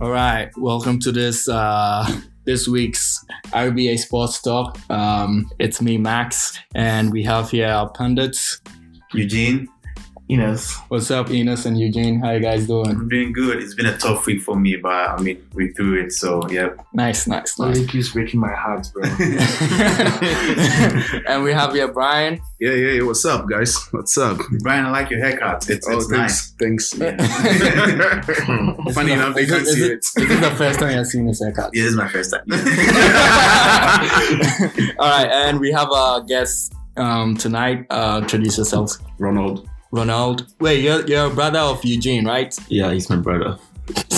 All right, welcome to this uh, this week's RBA Sports Talk. Um, it's me, Max, and we have here our pundits. Eugene, Enos. What's up, Enos and Eugene? How you guys doing? I'm doing good. It's been a tough week for me, but I mean, we through it. So yeah, Nice, nice, nice. Really keeps breaking my heart, bro. and we have here Brian. Yeah, yeah, yeah. What's up, guys? What's up? Brian, I like your haircut. It's, oh, it's nice. thanks, thanks. Funny Is it- enough, they is it- can't is see it- This is the first time I've seen his haircut. Yeah, this is my first time. All right, and we have a guest um, tonight. Uh, introduce yourselves. Ronald. Ronald. Wait, you're, you're a brother of Eugene, right? Yeah, he's my brother.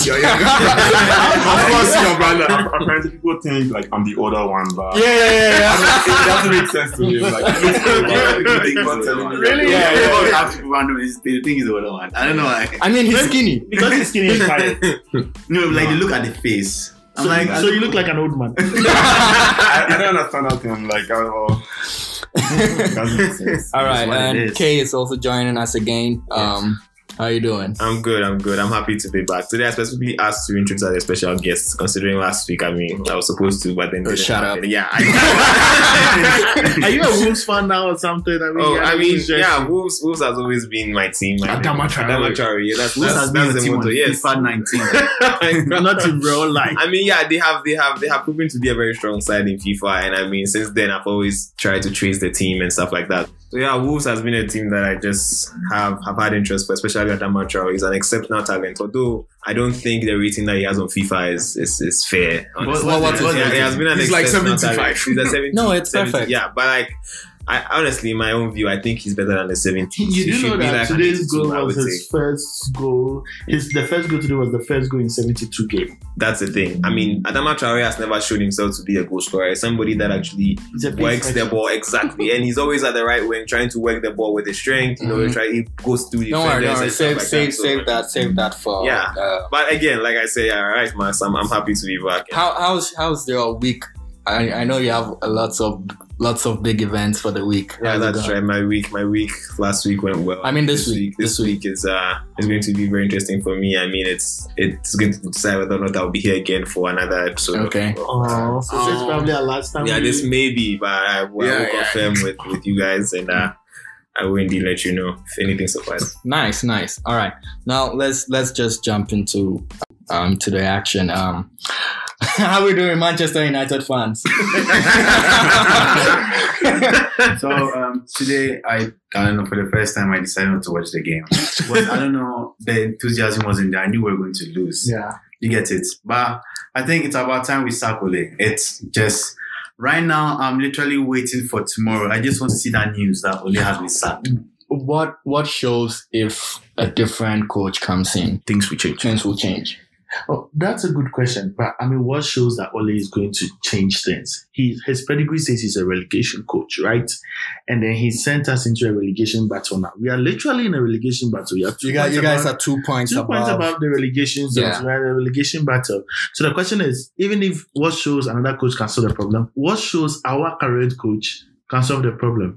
yeah, yeah. of course, your brother. Apparently, people think like I'm the older one, but Yeah, yeah, yeah, it doesn't make sense to me. Like, really? Yeah, yeah, yeah. Half people random is the thing is the other one. I don't know. Like, I mean, he's skinny. because he's skinny and tired. no, like they look at the face. I'm So, like, so you look like an old man. I, I don't understand that thing. Like, I, oh, it doesn't make sense. All right, what it and is. Kay is also joining us again. Um, how you doing? I'm good. I'm good. I'm happy to be back. Today, I specifically asked to introduce as a special guest, considering last week, I mean, I was supposed to, but then. Oh, didn't shut happen. Yeah. I- Are you a Wolves fan now or something? I mean, oh, yeah, I Wolves mean, jersey. yeah, Wolves, Wolves has always been my team. my name. Adama Traore. Adama Traore. Yeah, that's, Wolves has that's, been that's a the team on motto. Yes. FIFA 19. Not in real life. I mean, yeah, they have, they have, they have proven to be a very strong side in FIFA, and I mean, since then, I've always tried to trace the team and stuff like that. So yeah, Wolves has been a team that I just have have had interest for, especially Adama Traore. He's an exceptional talent, although I don't think the rating that he has on FIFA is is, is fair. honestly. What- what- what- Yeah, he has been an He's like exceptional 75. talent. He's a 70, No, it's 70, perfect. Yeah, but like. I, honestly, in my own view, I think he's better than the 70. You do know that today's goal was would say. his first goal. His the first goal today was the first goal in seventy two game. That's the thing. I mean, Mm. Adama Traore has never shown himself to be a goal scorer. He's somebody that actually It's a big works the match. ball exactly, and he's always at the right wing, trying to work the ball with his strength. You know, Mhm. he try he goes through the Don't worry, don't worry. Save, defenders and stuff save, like save that. that, save that for. Yeah. Uh, So- But again, like I say, all right, Max, I'm, I'm happy to be back. how how's how's your week? I, I know you have a lots of lots of big events for the week. Yeah, How's it that's going? right. My week, my week last week went well. I mean, this week, this, this week. week is uh, is going to be very interesting for me. I mean, it's it's going to decide whether or not I'll be here again for another episode. of- Okay. Oh, so this is Oh. probably our last time. yeah, we- this may be, but I, I will Yeah, yeah. confirm with, with you guys and uh, I will indeed let you know if anything surprises. Nice, nice. All right, now let's let's just jump into um to the action. Um, how we doing, Manchester United fans? so um, today, I I don't know. For the first time, I decided not to watch the game. But I don't know. The enthusiasm wasn't there. I knew we were going to lose. Yeah. You get it. But I think it's about time we circle it. It's just right now I'm literally waiting for tomorrow. I just want to see that news that Ole has been sacked. what what shows if a different coach comes in, Things will change. things will change? Oh, that's a good question. But I mean, what shows that Ole is going to change things? He, his pedigree says he's a relegation coach, right? And then he sent us into a relegation battle now. We are literally in a relegation battle. You, have two You guys, points you guys above- are two points two above. points above the relegation zone. Yeah. We are in a relegation battle. So the question is even if what shows another coach can solve the problem, what shows our current coach can solve the problem?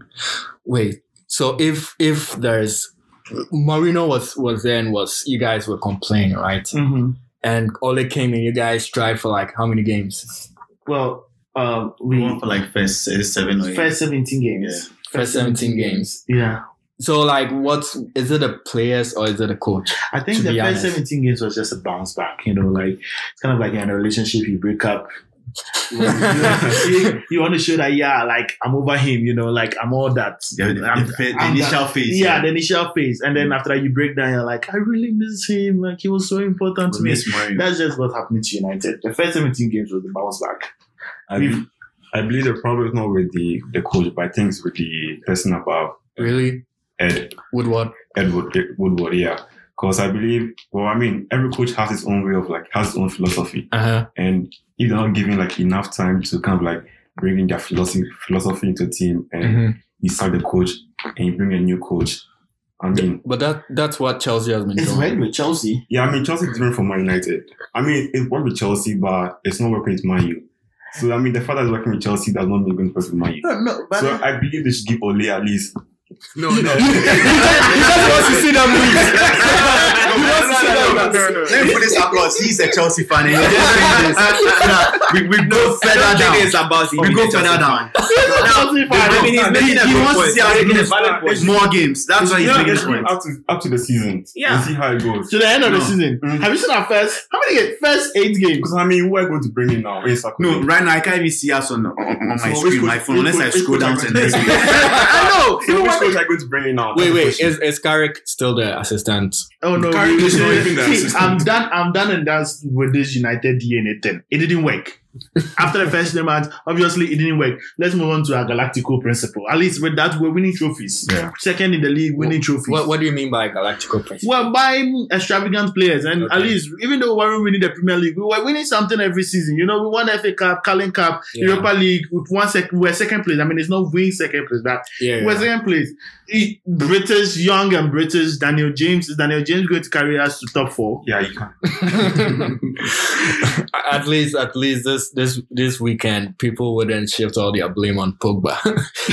Wait, so if if there's Marino was was then was you guys were complaining right, Mm-hmm. and Ole came in, you guys tried for like how many games? Well, um, We we won for like first uh, seven or eight. first 17 games. First seventeen games. Yeah. So like, what's is it the players or is it the coach? I think to the be first honest. 17 games was just a bounce back, you know, like it's kind of like you're in a relationship, you break up. you, you want to show that, yeah, like I'm over him, you know, like I'm all that. The, the, I'm- the, the I'm initial phase. yeah, the initial phase. And then after that, you break down, you're like, I really miss him. Like he was so important to we me. miss Mourinho. That's just what happened to United. The first 17 games was the bounce back. I, be- I believe the problem is not with the, the coach, but I think it's with the person above Really, Ed. Woodward. Edward Woodward, yeah. Because I believe, well, I mean, every coach has his own way of like has his own philosophy, Uh huh. and if they're not giving like enough time to kind of like bring in their philosophy philosophy into the team, and Mm-hmm. Mm-hmm. you sack the coach and you bring a new coach. I mean, But that that's what Chelsea has been It's doing. right with Chelsea. yeah, I mean Chelsea is different from Man United. I mean, it worked with Chelsea, but it's not working with Man U. So I mean, the fact that it's working with Chelsea does not mean it's going to work with Man U. No, no, but So I believe they should give Ole at least No, no. He just wants to see them lose. no, no, no, Let me put this applause. He's a Chelsea fan. eh? and he's just saying this. We, we go further down. It's about it. We go further down. I mean, he's making a He good wants to point. see us He's making a lose. valid point. More games. That's why he's Yeah, making this let's point. wait up to up to the season. Yeah. Let's see how it goes. to the end of the No. season. Mm. Have you seen our first? How many games? First eight games. Because I mean, who are you going to bring in now? When Sakura? No, right now I can't even see us on, on, on my So which screen, coach- my phone, unless which I coach- scroll which down coach to are you next going week. to bring in? I know. So which coach are you going to bring in now? Wait, wait. That's the Is is Carrick still the assistant? Oh no! Carry we- this one, we- even the see, assistant. I'm done. I'm done and that's with this United DNA thing. It didn't work. After the first match, obviously it didn't work. Let's move on to our galactical principle. At least with that, we're winning trophies. Yeah. Second in the league, winning trophies. What What do you mean by Galactico Prince? We're buying extravagant players, and at Okay. least even though we weren't winning the Premier League, we were winning something every season. You know, we won FA Cup, Carling Cup, Yeah. Europa League. We won sec- we're second place. I mean, it's not winning second place, but Yeah, we're second place. E- British young and British Daniel James is Daniel James going to carry us to top four? Yeah, you can. at least, at least this this this weekend, people wouldn't shift all their blame on Pogba.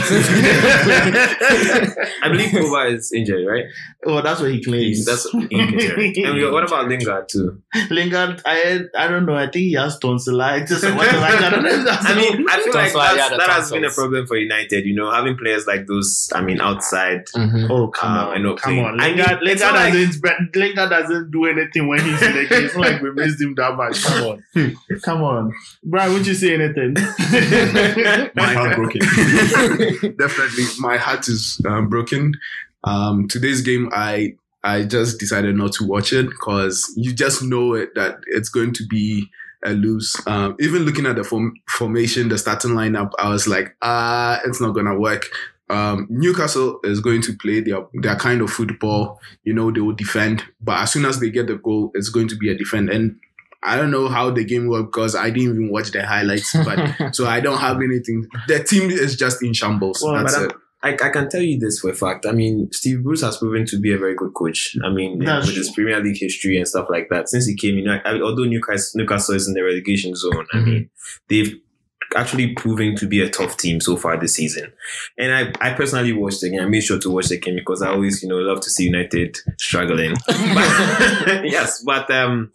I believe Koba is injured, right? Oh, that's what he claims. That's injured. And we- what about Lingard too? Lingard. I I don't know. I think he has tonsillitis or whatever. I don't know. If that's I mean, I feel like That's why I that's, had a that has tonsils. been a problem for United. You know, having players like those. I mean, outside. Mhm. Oh come Um, on! I know, come please. on! I mean, Lingard, it's Lingard, not like- doesn't, but Lingard doesn't do anything when he's in the game. It's not like we missed him that much. Come on, come on, Brian. Would you say anything? My heart broken. Definitely, my heart is um, broken. Um, today's game, I I just decided not to watch it because you just know it that it's going to be a lose. Um, even looking at the form- formation, the starting lineup, I was like, ah, it's not gonna work. Um, Newcastle is going to play their their kind of football. You know, they will defend, but as soon as they get the goal, it's going to be a defend. And I don't know how the game worked because I didn't even watch the highlights, but so I don't have anything. The team is just in shambles. Well, That's madam, it. I, I can tell you this for a fact. I mean, Steve Bruce has proven to be a very good coach. I mean, That's with his Premier League history and stuff like that. Since he came, you know, I, I- although Newcastle, Newcastle is in the relegation zone, I mean, they've actually proven to be a tough team so far this season. And I, I personally watched the game. I made sure to watch the game because I always, you know, love to see United struggling. But- yes, but um,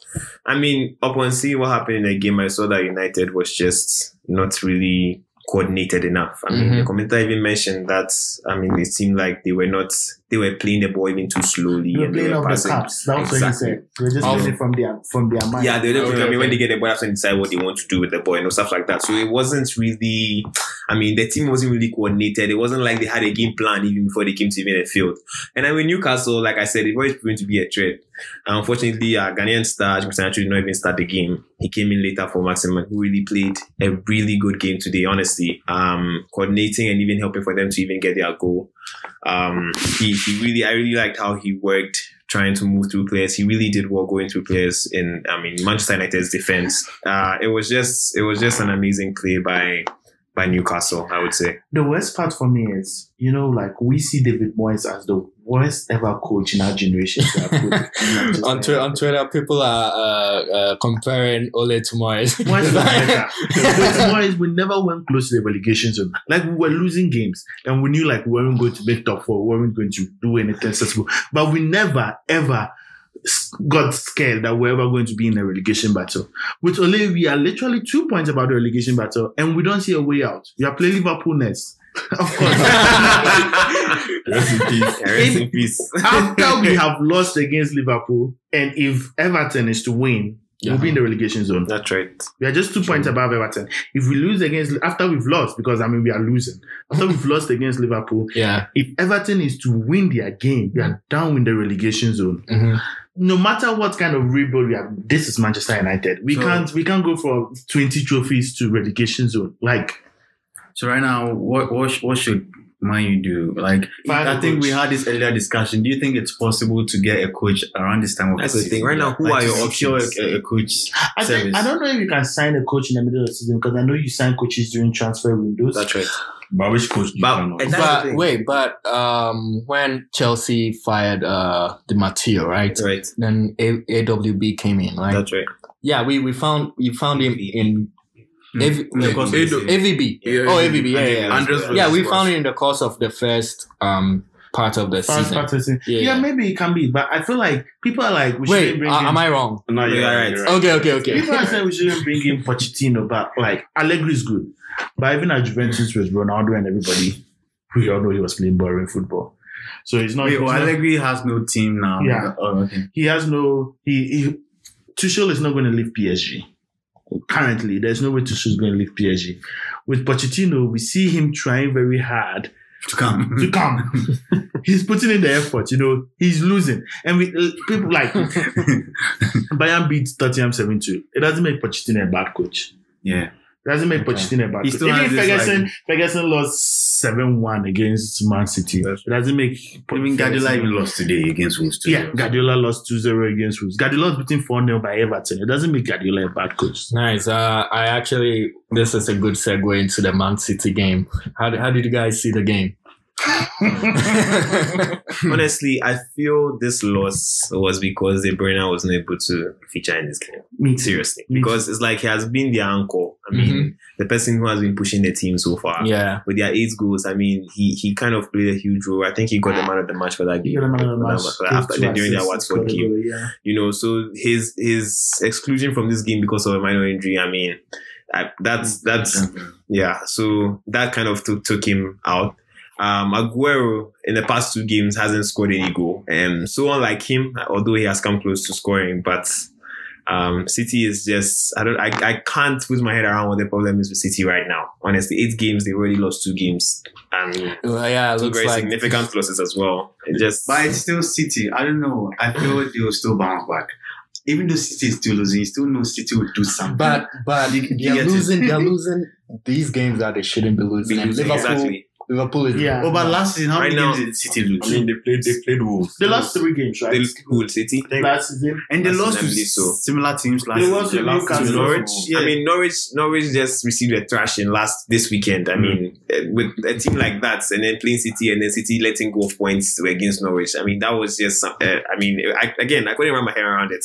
I mean, upon seeing what happened in the game, I saw that United was just not really coordinated enough. I mean, Mm-hmm. the commentator even mentioned that. I mean, it seemed like they were not. They were playing the ball even too slowly. We We're and they playing were off the passing. cups. That's what he Exactly. said. We're just Oh. playing it from their from their mind. Yeah, they don't. Okay, I mean, when okay. they get the ball, after they decide what they want to do with the ball and stuff like that. So it wasn't really. I mean, the team wasn't really coordinated. It wasn't like they had a game plan even before they came to even the field. And I mean, Newcastle, like I said, it was going to be a threat. Unfortunately, our Ghanaian star Christian actually did not even start the game. He came in later for Maximin, who really played a really good game today. Honestly, um, coordinating and even helping for them to even get their goal. Um, he, he really, I really liked how he worked trying to move through players. He really did well going through players in, I mean, Manchester United's defense. Uh, it was just, it was just an amazing play by, by Newcastle, I would say. The worst part for me is, you know, like we see David Moyes as the worst ever coach in our generation. to have coached Manchester Mm-hmm. on, tw- on Twitter, people are uh, uh, comparing Ole to Moyes. Moyes was better. With Moyes, we never went close to the relegation zone. Like we were losing games, and we knew like we weren't going to make top four, we weren't going to do anything successful. But we never ever s- got scared that we're ever going to be in a relegation battle. With Ole, we are literally two points about the relegation battle, and we don't see a way out. We are playing Liverpool next. Of course. Rest in peace. Yeah, rest in peace. After we have lost against Liverpool, and if Everton is to win, we'll be in the relegation zone. That's right. We are just two points above Everton. If we lose against after we've lost, because I mean we are losing. After we've lost against Liverpool, yeah. if Everton is to win their game, we are down in the relegation zone. Mhm. No matter what kind of rebuild we have, this is Manchester United. We So- can't we can't go for twenty trophies to relegation zone. Like So right now, what what sh- what should man you do? Like Find I a think we coach. had this earlier discussion. Do you think it's possible to get a coach around this time of That's the the season? thing. Right now, who Like, to are your secure options? A, a coach. I think, Service. I don't know if you can sign a coach in the middle of the season because I know you sign coaches during transfer windows. That's right. But which coach do you But- cannot? and that's the But thing. wait, but um, when Chelsea fired uh, the Matteo, right? That's right. Then A- AWB came in, right? That's right. yeah, we, we found we found him in Hmm. AV- In the course of the AV- season. AVB. Yeah, oh, AVB. Yeah, yeah, yeah. Andres Yeah, we Villas-Boas. found it in the course of the first um part of the First season. part of the season. Yeah. Yeah. maybe it can be, but I feel like people are like, we shouldn't Wait, bring uh, in. am I wrong? No, you're Yeah, right. right. you're right. Okay, okay, okay. People are saying we shouldn't bring in Pochettino, but like Allegri is good. But even at Juventus with Ronaldo and everybody, we all know he was playing boring football. So he's not. Wait, he's well, not- Allegri has no team now. Yeah. Oh, okay. he has no. He, he Tuchel is not going to leave PSG. Currently, there's no way Tuchel is going to leave PSG. With Pochettino, we see him trying very hard To come. to come. he's putting in the effort, you know. He's losing, and we uh, people like Bayern beat Tottenham seven two. It doesn't make Pochettino a bad coach. yeah. It doesn't make Pochettino a bad He coach. still Even has this, Ferguson, Ferguson lost seven one against Man City. That's- It doesn't make Even Guardiola even lost today against Wolves. too. Yeah, Guardiola lost 2-0 against Wolves. Guardiola was beaten 4-0 by Everton. It doesn't make Guardiola a bad coach. Nice. Uh, I actually, this is a good segue into the Man City game. How, how did you guys see the game? Honestly, I feel this loss was because De Bruyne was not able to feature in this game. Me Seriously, Me too. because it's like he has been their anchor. I mean, Mm-hmm. the person who has been pushing the team so far. yeah. With their eight goals, I mean, he he kind of played a huge role. I think he got the man of the match for that He game. got a man of the match. after Two they, during their assists, Watford game, Yeah. you know. So his his exclusion from this game because of a minor injury. I mean, I, that's that's yeah, so that kind of took took him out. Um, Aguero in the past two games hasn't scored any goal, and so unlike him, although he has come close to scoring, but um, City is just I don't I, I can't put my head around what the problem is with City right now. Honestly, eight games they've already lost two games, and Well, yeah, it two looks very like. significant losses as well. It just But it's still City. I don't know. I feel they will still bounce back. Even though City is still losing, you still know City will do something. But but You- you they're get it. losing they're losing these games that they shouldn't be losing. And Liverpool exactly. Liverpool is Yeah. oh, but last season, how Right many now- games did City lose? I mean, they played. They played Wolves. They lost three games, right? They cool City. last season. and they Last lost to season, I believe so. similar teams last They season. lost to They lost Newcastle. Norwich. Yeah. I mean, Norwich. Norwich just received a thrashing last this weekend. I mean, eh, with a team like that, and then playing City, and then City letting go of points against Norwich. I mean, that was just. some- eh, I mean, I, again, I couldn't wrap my head around it.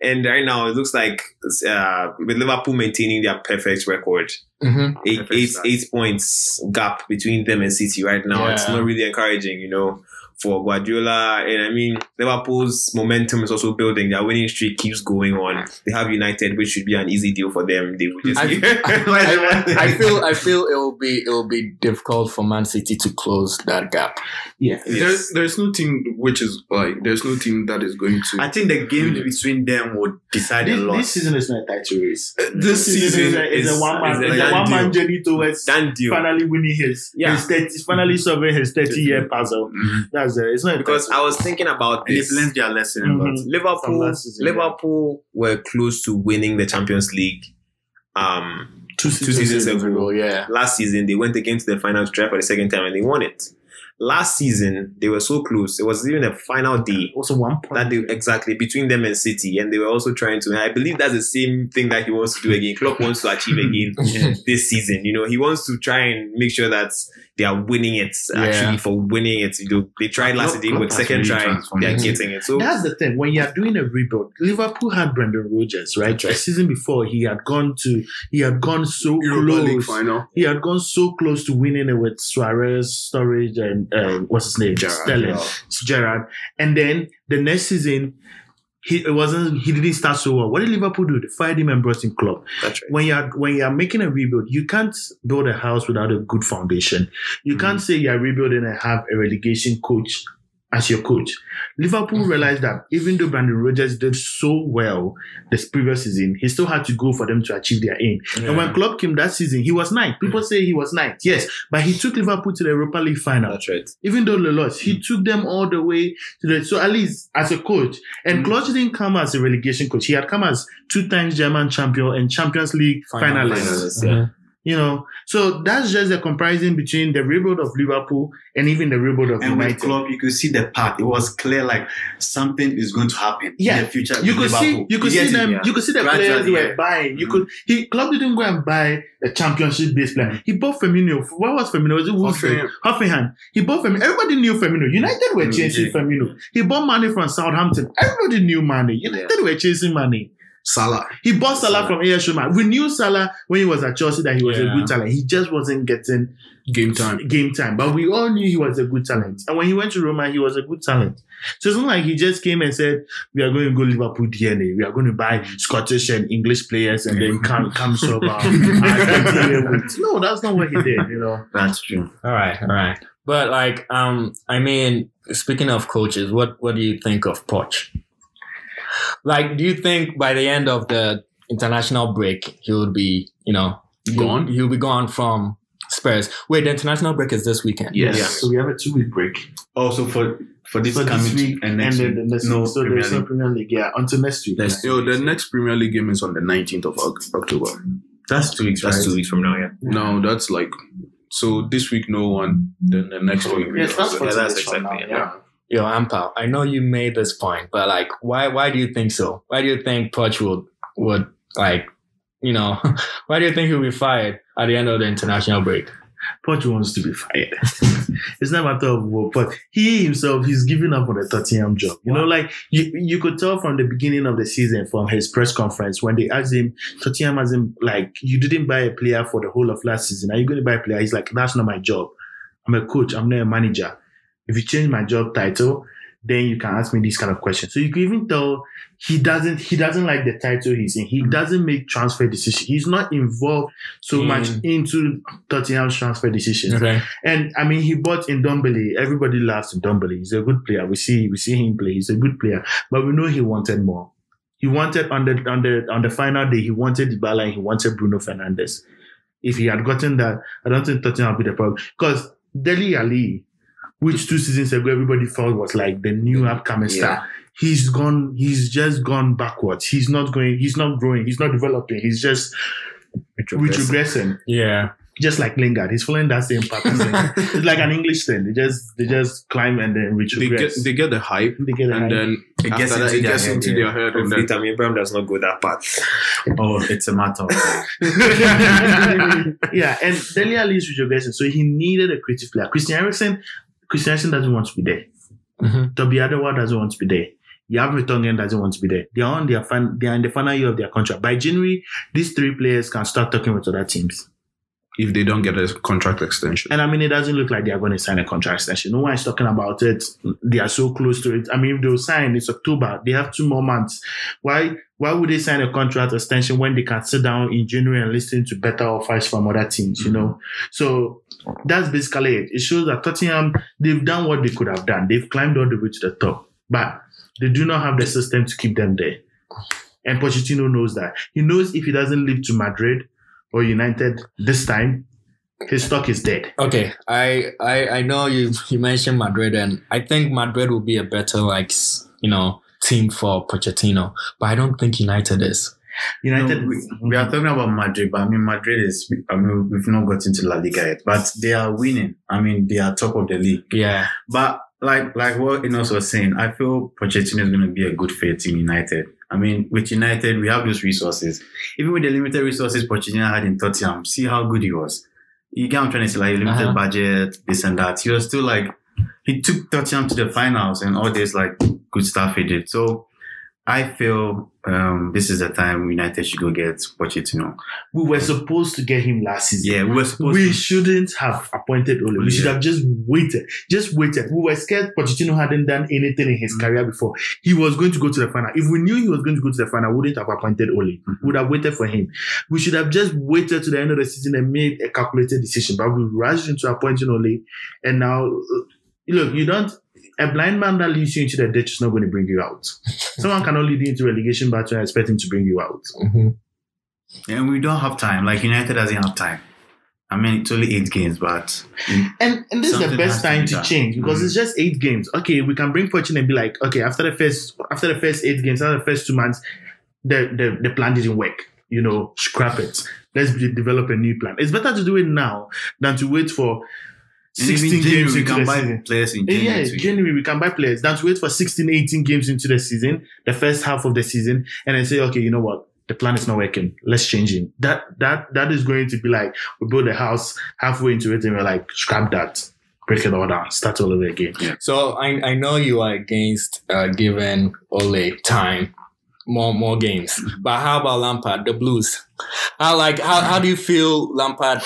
And right now, it looks like uh, with Liverpool maintaining their perfect record, Mhm. eight, Perfect eight, start. eight points gap between them and City right now. It's Yeah. not really encouraging, you know, for Guardiola. And I mean, Liverpool's momentum is also building. Their winning streak keeps going on. They have United, which should be an easy deal for them. They would just. I- I, I feel I feel it will be it will be difficult for Man City to close that gap. There's there's no team which is like there's no team that is going to I think the games between them would decide a This, lot. this season is not a title race. this is season. a, is is- a one man, is is a a done one man journey towards done deal. finally winning his, Yeah. Mm-hmm. his 30, finally solving his 30 year puzzle. Mhm. That's it. It's not a Because title. I was thinking about And they this. learned their lesson a lot. Mhm. From Liverpool, last season, yeah. Liverpool were close to winning the Champions League. Um, two seasons ago. Yeah. last season they went again to the final to try for the second time and they won it. Last season they were so close. It was even a final day Also one point. that they exactly between them and City, and they were also trying to. I believe that's the same thing that he wants to do again. Klopp wants to achieve again this season. You know, he wants to try and make sure that they are winning it. Yeah. Actually, for winning it, you know, they tried last Klopp- season, Klopp but has second really try transformed they are the team. getting it. So That's the thing. When you are doing a rebuild, Liverpool had Brendan Rodgers, right? The season before, he had gone to, he had gone so Europa League close. final. He had gone so close to winning it with Suarez, Storage, and um, what's his name, Gerrard, Sterling, yeah. Gerrard. And then the next season, he it wasn't. He didn't start so well. What did Liverpool do? They fired him and brought in Klopp. that's right. When you are when you are making a rebuild, you can't build a house without a good foundation. You Mm-hmm. can't say you are rebuilding and have a relegation coach as your coach. Liverpool realized that even though Brandon Rodgers did so well this previous season, he still had to go for them to achieve their aim. And when Klopp came that season, he was ninth. People say he was ninth, yes, but he took Liverpool to the Europa League final That's right. even though they lost, he took them all the way to the. So at least as a coach, and Klopp didn't come as a relegation coach. He had come as two times German champion and Champions League Final- finalist. Finalists, yeah. You know, so that's just the comparison between the rebuild of Liverpool and even the rebuild of And with United. Klopp, you could see the path. It was clear, like something is going to happen Yeah. in the future. you with could see, Liverpool. you could get see it? them. Yeah. You could see the Gradually, players they were yeah. buying. You Mhm. could. He Klopp didn't go and buy a championship-based player. He bought Firmino. What was Firmino? Was it Wolfsburg? Hoffenheim. Hoffenheim. He bought Firmino. Everybody knew Firmino. United were Mm, chasing yeah. Firmino. He bought money from Southampton. Everybody knew money. United were chasing money. Salah. He bought Salah from AS Roma. We knew Salah when he was at Chelsea that he was Yeah. a good talent. He just wasn't getting Game time. game time, but we all knew he was a good talent. And when he went to Roma, he was a good talent. So it's not like he just came and said, "We are going to go Liverpool DNA. We are going to buy Scottish and English players and then come come sober." and continue with-" no, that's not what he did. You know, That's true. All right, all right. But like, um, I mean, speaking of coaches, what what do you think of Poch? Like, do you think by the end of the international break he will be, you know, he'll- Gone? He'll, be gone from Spurs. Wait, the international break is this weekend. yes. Yeah. So we have a two week break Also for for this for coming this week and next then week. the next no, week. So Premier there's no League. Premier League. Yeah, until next week. Next Yo, two the weeks. next Premier League game is on the 19th of Oc- October. That's two weeks. That's right? two weeks from now, yeah. No, that's like so this week no one, then the next week. Yes, that's for Yeah, that's two weeks from now, exactly it, yeah. Yo, Ampal, I know you made this point, but like, why why do you think so? Why do you think Poch would would like, you know, why do you think he'll be fired at the end of the international break? Poch wants to be fired. it's not a matter of what, but he himself he's giving up on the Tottenham job. You know, like you you could tell from the beginning of the season from his press conference when they asked him, Tottenham hasn't like you didn't buy a player for the whole of last season. Are you going to buy a player? He's like, that's not my job. I'm a coach. I'm not a manager. If you change my job title, then you can ask me these kind of questions. So you can even tell he doesn't he doesn't like the title he's in. He doesn't make transfer decisions. He's not involved so Mm. much into Tottenham's transfer decisions. Okay. And I mean, he bought Ndombele. Everybody loves Ndombele. He's a good player. We see we see him play. He's a good player. But we know he wanted more. He wanted on the on the on the final day. He wanted Dybala. And he wanted Bruno Fernandes. If he had gotten that, I don't think Tottenham would be the problem. Because Deli Ali, which two seasons ago everybody thought was like the new upcoming star, he's gone. He's just gone backwards. He's not going. He's not growing. He's not developing. He's just retrogressing Yeah. just like Lingard, he's following that same pattern. it's like an English thing. They just they just climb and then They get retrogress. they get the hype They get and high. then It after gets that, into, it their gets head, into yeah. their head and Hopefully, then Tammy Abraham does not go that path. Oh, it's a matter of yeah, and Dele Alli is retrogressing, so he needed a creative player. Christian Eriksen, Christian Eriksen doesn't want to be there. Mm-hmm. Mhm. Toby Adewa doesn't want to be there. Yav Tongen doesn't want to be there. They are on their fin- they are in the final year of their contract. By January, these three players can start talking with other teams. if they don't get a contract extension. And I mean, it doesn't look like they are going to sign a contract extension. No one is talking about it. They are so close to it. I mean, if they'll sign, it's October. They have two more months. Why? Why would they sign a contract extension when they can sit down in January and listen to better offers from other teams? You know. So that's basically it. It shows that Tottenham they've done what they could have done. They've climbed all the way to the top, but they do not have the system to keep them there. And Pochettino knows that. He knows if he doesn't leave to Madrid or United this time, his stock is dead. Okay, I I I know you you mentioned Madrid, and I think Madrid will be a better like s- you know team for Pochettino, but I don't think United is. United. No, we, we are talking about Madrid, but I mean Madrid is. I mean we've not got into La Liga yet, but they are winning. I mean they are top of the league. Yeah, But like like what Inos was saying, I feel Pochettino is going to be a good fit in United. I mean, with United, we have those resources. Even with the limited resources Pochettino had in Tottenham, see how good he was. You get what I'm trying to say, like limited Uh-huh. budget, this and that. He was still like, he took Tottenham to the finals and all this like good stuff he did. So I feel um, this is the time United should go get Pochettino. we were supposed to get him last season. Yeah, we were supposed We to. shouldn't have appointed Ole. We should Yeah. have just waited. Just waited. We were scared Pochettino hadn't done anything in his career before. He was going to go to the final. If we knew he was going to go to the final, we wouldn't have appointed Ole. We would have waited for him. We should have just waited to the end of the season and made a calculated decision. But we rushed into appointing Ole. And now, uh, look, you don't, a blind man that leads you into the ditch is not going to bring you out. Someone cannot lead you into relegation battle and expect him to bring you out. And we don't have time. Like United doesn't have time. I mean, it's only eight games, but And, and this is the Something has best to time be to done. Mm. change because it's just eight games. Okay, we can bring Pochettino and be like, okay, after the first after the first eight games, after the first two months, the the, the plan didn't work. You know, scrap it. Let's de- develop a new plan. It's better to do it now than to wait for And even 16 January, games we into can the buy season. players in January. Yeah, too. January we can buy players. Than to wait for 16, 18 games into the season, the first half of the season, and then say, okay, you know what? The plan is not working. Let's change it. That that that is going to be like we build a house halfway into it and we're like, scrap that, break it all down, start all over again. so I I know you are against uh, giving Ole time, more more games. But how about Lampard, the Blues? How like how, how do you feel Lampard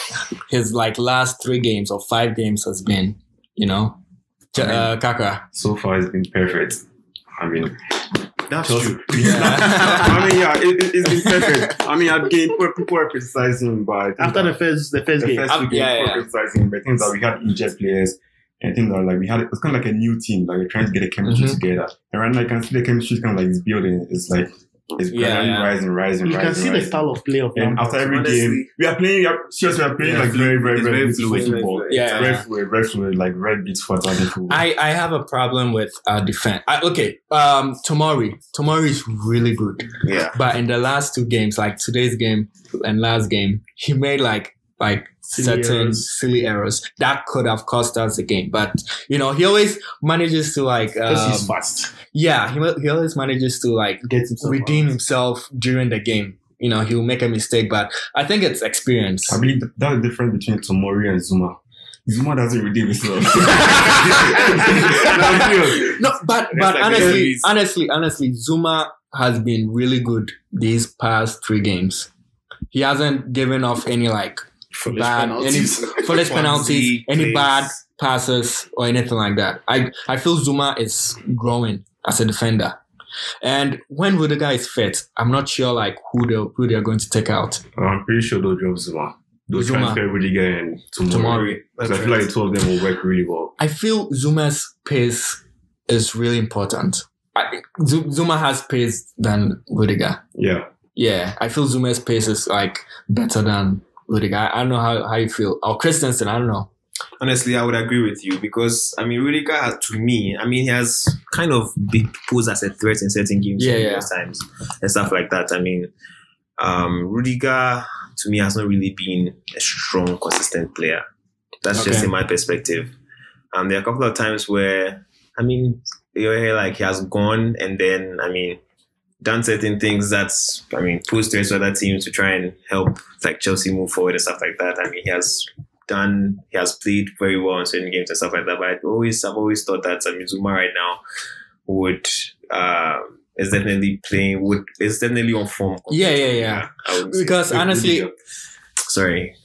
his like last three games or five games has been? You know, Ch- uh, Kaka. So far, it's been perfect. I mean, That's Chelsea. true. I mean, yeah, it, it, it's been perfect. I mean, again, people- people are criticizing him, but I think After that- the first the first the game, first two Ab- games yeah, were yeah. criticizing, but things that we had injured players and things that like we had it's kind of like a new team, like we're trying to get a chemistry Mhm. together. And right now, you can see the chemistry is kind of like it's building. It's like it's Yeah, gradually yeah. rising, rising, you rising. can see the rising. style of play of And Lampard. after every Honestly- game, we are playing. We are, seriously, we are playing Yeah, like very, very, it's very, very beautiful fluid. football. Very Yeah. Very fluid, very fluid, like red beats for Atlantic football. I, I have a problem with our defense. I, okay, um, Tomori. Tomori is really good, Yeah. but in the last two games, like today's game and last game, he made like like Silly certain errors. silly errors that could have cost us the game. But you know, he always manages to like because he's um, fast, yeah, he, al- he always manages to like gets himself redeem out. himself during the game. You know, he will make a mistake, but I think it's experience. I believe that- that's the difference between Tomori and Zuma. Zuma doesn't redeem himself. no, but but like the honestly, enemies. honestly, honestly, Zuma has been really good these past three games. He hasn't given off any like bad penalties. any foolish penalties, Fonzie any plays- bad passes or anything like that. I I feel Zuma is growing as a defender. And when Rudiger is fit, I'm not sure like who they who they're going to take out. I'm pretty sure they'll drop Zuma. They'll Zuma. transfer Rudiger and Tomori. Tomori. Because I feel like the two of them will work really well. I feel Zuma's pace is really important. I, Z- Zuma has pace than Rudiger. Yeah. Yeah, I feel Zuma's pace is like better than Rudiger. I, I don't know how, how you feel. Or Christensen, I don't know. honestly, I would agree with you because I mean, Rudiger has, to me, I mean, he has kind of been posed as a threat in certain games, Yeah, at yeah. various times and stuff like that. I mean, um, Rudiger to me has not really been a strong, consistent player. That's just Okay. in my perspective. Um, there are a couple of times where I mean, you hear like he has gone and then I mean. Done certain things that's, I mean, posed threats to other teams to try and help like Chelsea move forward and stuff like that. I mean, he has done he has played very well in certain games and stuff like that. But I always I've always thought that I mean Zuma right now would uh, is definitely playing would is definitely on form. Yeah, yeah, yeah. I would say. Because honestly, sorry.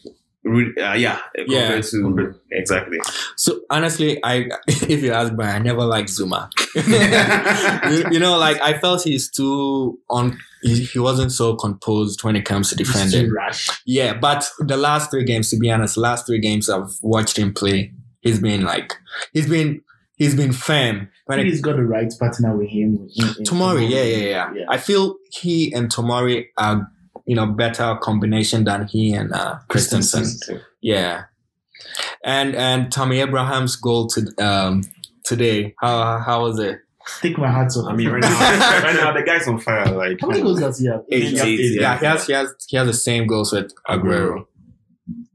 Ru- Uh, yeah, Yeah. compared to exactly. so honestly, I if you ask me, I never liked Zuma. you, you know, like I felt he's too on. He, he wasn't so composed when it comes to He's too defending. rash. Yeah, but the last three games, to be honest, last three games I've watched him play, he's been like, he's been, he's been firm. When it, He's got the right partner with him. with him- Tomori, yeah, yeah, yeah, Yeah. I feel he and Tomori are, you know, better combination than he and uh, Christensen. Yeah, and and Tommy Abraham's goal to um today, how how was it? Take my hats off. I mean, right now, right now the guy's on fire. Like, how um, many goals does he have? Eight, He have eight, Yeah, yeah. he has he has he has the same goals with Aguero.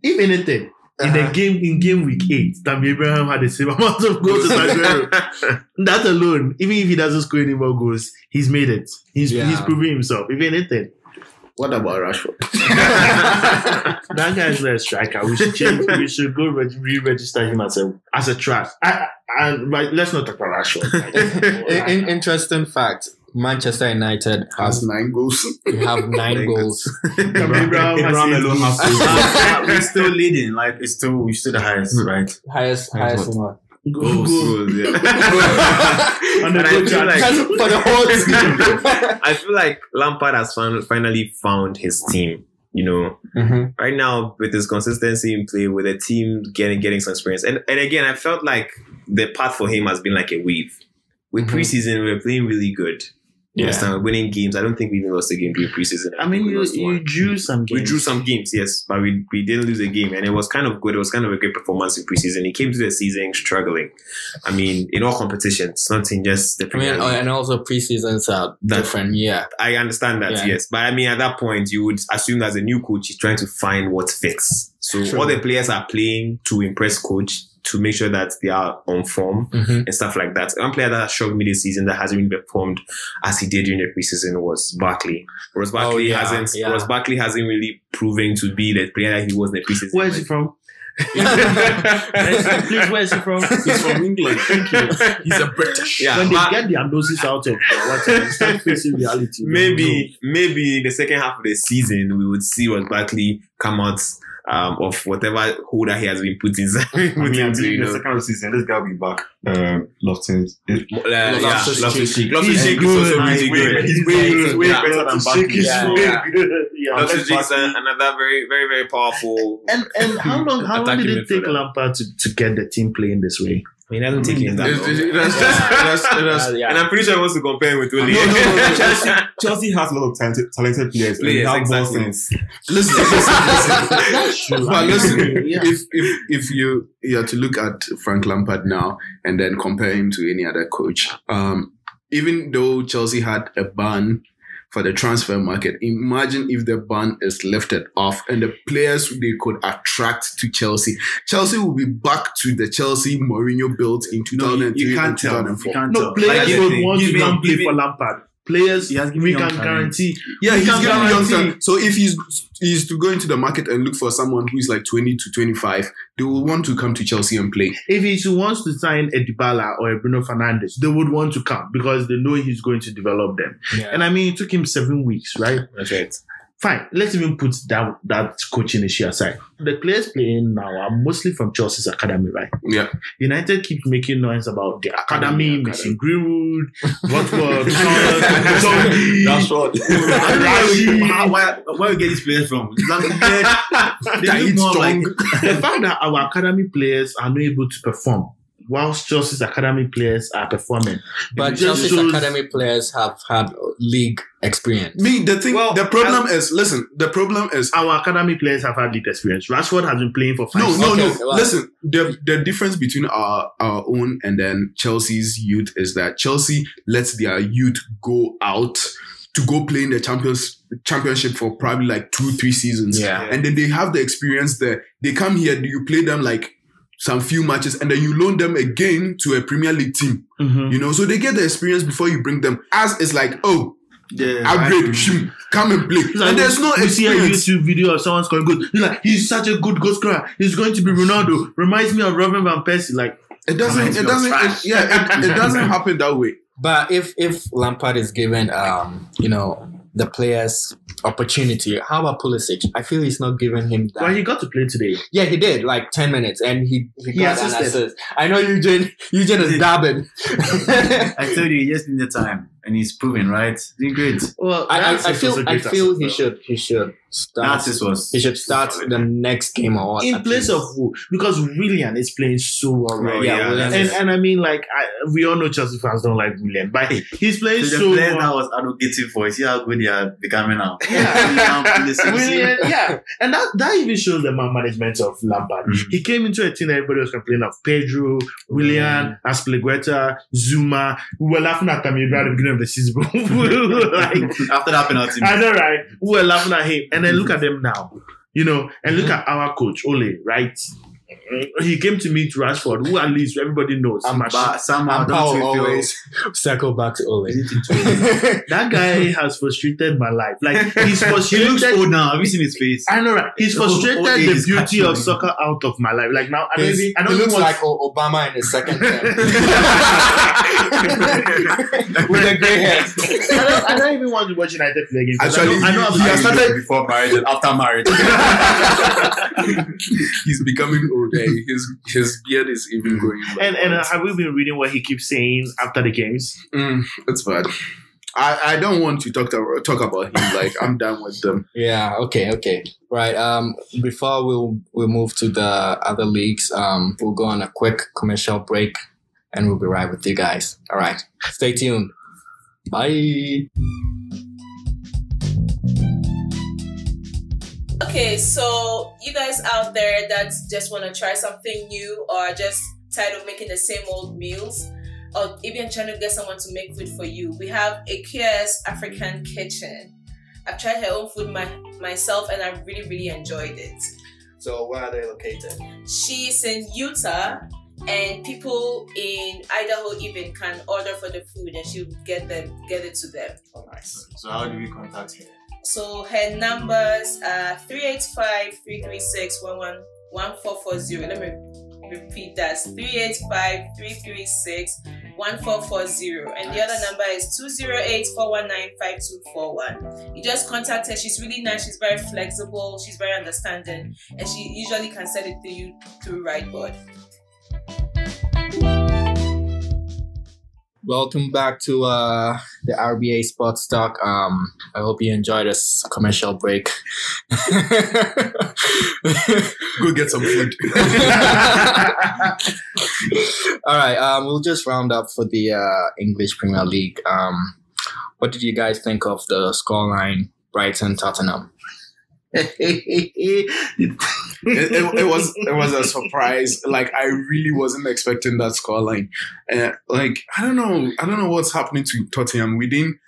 If anything, in the Uh-huh. game in game week eight, Tammy Abraham had the same amount of goals as Aguero. that alone, even if he doesn't score any more goals, he's made it. He's Yeah. he's proving himself. If anything, What about Rashford? that guy is not a striker. We should change. we should go re- re-register him as a as a trash. I, I, I, but let's not talk about Rashford. In- in- interesting fact: Manchester United Has has nine goals. we have nine Like, goals. Tammy Abraham has Abraham eight alone goals. has eight. we're still leading. Like it's still we're still the highest, Hmm. right? highest highest one. Go- go- yeah. on the And I go feel chart. like- That's for the whole team. I feel like Lampard has fin- finally found his team. You know, Mm-hmm. right now with his consistency in play, with the team getting getting some experience, and and again, I felt like the path for him has been like a wave. With Mhm. Mm-hmm. preseason, we were playing really good. You Yeah. understand? We're winning games. I don't think we even lost a game during preseason. I mean, think we you, lost one. you drew some games. We drew some games, yes, but we, we didn't lose a game, and it was kind of good. It was kind of a great performance in preseason. He came to the season struggling. I mean, in all competitions, not in just the I mean, oh, Premier uh, League. and also preseasons are That's- different. Yeah, I understand that, Yeah. yes. But I mean, at that point, you would assume that as a new coach, he's trying to find what fits. So True. all the players are playing to impress coach to make sure that they are on form Mhm. and stuff like that. One player that shocked me this season that hasn't really performed as he did during the preseason was Barkley. Ross Barkley Oh, yeah, hasn't. yeah. Ross Barkley hasn't really proven to be the player that he was in the preseason. Where is he from? Please, where is he from? He's from England. Thank you. He's a British. Yeah, when they ma- get the amdosis out of what they start facing reality. they will know. maybe maybe in the second half of the season we would see what Barkley come out um, of whatever hole that he has been put inside. I mean, put I into, believe you the know. second season, this guy will be back. Um, Lofton. It- Uh, yeah, Loftus Loftus- Cheek. Loftus He's Cheek is also good. really He's way good. better- He's he's way way good. better- Yeah. better than Loftus Barkley. Cheek is Yeah. good. Yeah. Yeah. Loftus Unless Cheek is Barkley- an- another very very very powerful. I And and how long how long Attacking did it take midfielder. Lampard to, to get the team playing this way? mean, it doesn't take him that It's- it's- long. it's- it's- it's- Uh, And yeah. I'm pretty sure he wants to compare him with Oli. No, no, no, no, Chelsea- Chelsea has a lot of talented, talented players. and they Players, have exactly. more sense. Listen, listen, listen. That's true. But listen, yeah. if if if you you are to look at Frank Lampard now and then compare him to any other coach, um, even though Chelsea had a ban for the transfer market, imagine if the ban is lifted off and the players they could attract to Chelsea, Chelsea will be back to the Chelsea Mourinho built in two No, thousand you, and you three can't and two tell. thousand and You four. can't no tell. players Like, would give want to me- come play give me- for Lampard. Players, He has given we young can talent. guarantee. Yeah, We he's can getting young guarantee- talent. So if he's he's to go into the market and look for someone who is like twenty to twenty five, they will want to come to Chelsea and play. If he wants to sign a Dybala or a Bruno Fernandes, they would want to come because they know he's going to develop them. And I mean, it took him seven weeks, right? That's right. Fine, let's even put that that coaching issue aside. The players playing now are mostly from Chelsea's academy, right? Yeah. United keep making noise about the academy, Academy, Mason Greenwood, Watford, That's Zombie, what. I don't know where we- Rashi. Ah, how- where, where we get these players from. That They look is more like strong. the fact that our academy players are not able to perform whilst Chelsea's academy players are performing. But It just Chelsea's shows- academy players have had league experience. Me, the thing, Well, the problem is, listen, the problem is, Our academy players have had league experience. Rashford has been playing for five no, years. no, Okay, no. well- Listen, the the difference between our our own and then Chelsea's youth is that Chelsea lets their youth go out to go play in the champions championship for probably like two three seasons, Yeah. and then they have the experience there. They come here, you play them like some few matches, and then you loan them again to a Premier League team. Mhm. Mm-hmm. You know, so they get the experience before you bring them. As it's like, oh, the upgrade, shim, come and play, It's like and there's no you see a experience. YouTube video of someone scoring goals. You're like, he's such a good goal scorer. He's going to be Ronaldo. Reminds me of Robin van Persie. Like, It doesn't. Comments It your doesn't. trash. It, yeah, it, it doesn't happen that way. But if if Lampard is given um, you know, the players opportunity, how about Pulisic? I feel he's not giving him that. well, he got to play today. Yeah, he did like ten minutes, and he he, He got an assisted. assist. I know Eugene Eugene is dabbing. I told you, he just need the time, and he's proven right. Doing great. Well, I, I, that's I just a feel I great feel assist, he though. should he should start That's his was. he should start the next game or what, in at place least. of who? Because Willian is playing so well right Oh, yeah, yeah, Willian that's And, is- and I mean, like, I, we all know Chelsea fans don't like William, but he's playing So the so players that well. was advocating for, you see how good they are becoming now. Yeah. William. Willian, yeah. And that, that even shows the man management of Lampard. Mhm. He came into a team that everybody was complaining of Pedro, William, Asplegueta, Zuma. We were laughing at Camille at the beginning of the season. but we were like, After that penalty, I know, right? We were laughing at him. And then look at them now, you know, and look at our coach, Ole, right? He came to meet Rashford, who at least everybody knows. I'm Smash. but somehow And don't Paul you feel always circle back to Ole. Isn't it true? That guy has frustrated my life. Like he's he looks frustrated. old now. Have you seen his face? I know, right? He's Old- old frustrated age the is beauty catching of him. soccer out of my life. Like now, I don't He's- even. I don't he even looks want. like O- Obama in his second term with I a gray hair. don't, I don't even want to watch United play again. 'cause Actually, I know, I know he- he I'm has started- before marriage and after marriage. He's becoming old. eh? His his beard is even going. and and uh, have we been reading what he keeps saying after the games? Mm, it's bad. I, I don't want to talk to, talk about him. Like I'm done with them. Yeah. Okay. Okay. Right. Um. Before we will we move to the other leagues, um, we'll go on a quick commercial break, and we'll be right with you guys. All right. Stay tuned. Bye. Okay, so you guys out there that just want to try something new or are just tired of making the same old meals, or even trying to get someone to make food for you, we have a QS African Kitchen. I've tried her own food my, myself and I really, really enjoyed it. So where are they located? She's in Utah, and people in Idaho even can order for the food, and she'll get them get it to them. Oh, nice. So how do we contact him? So her numbers are 385 336 11 1440. Let me repeat that 385 336 1440. And the other number is 208 419 5241. You just contact her. She's really nice. She's very flexible. She's very understanding. And she usually can send it to you through Rightboard. Welcome back to uh, the RBA Sports Talk. Um, I hope you enjoyed this commercial break. Go get some food. All right, um, we'll just round up for the uh, English Premier League. Um, what did you guys think of the scoreline Brighton Tottenham? it, it, it was it was a surprise. Like I really wasn't expecting that scoreline. Uh, like I don't know, I don't know what's happening to Tottenham. Within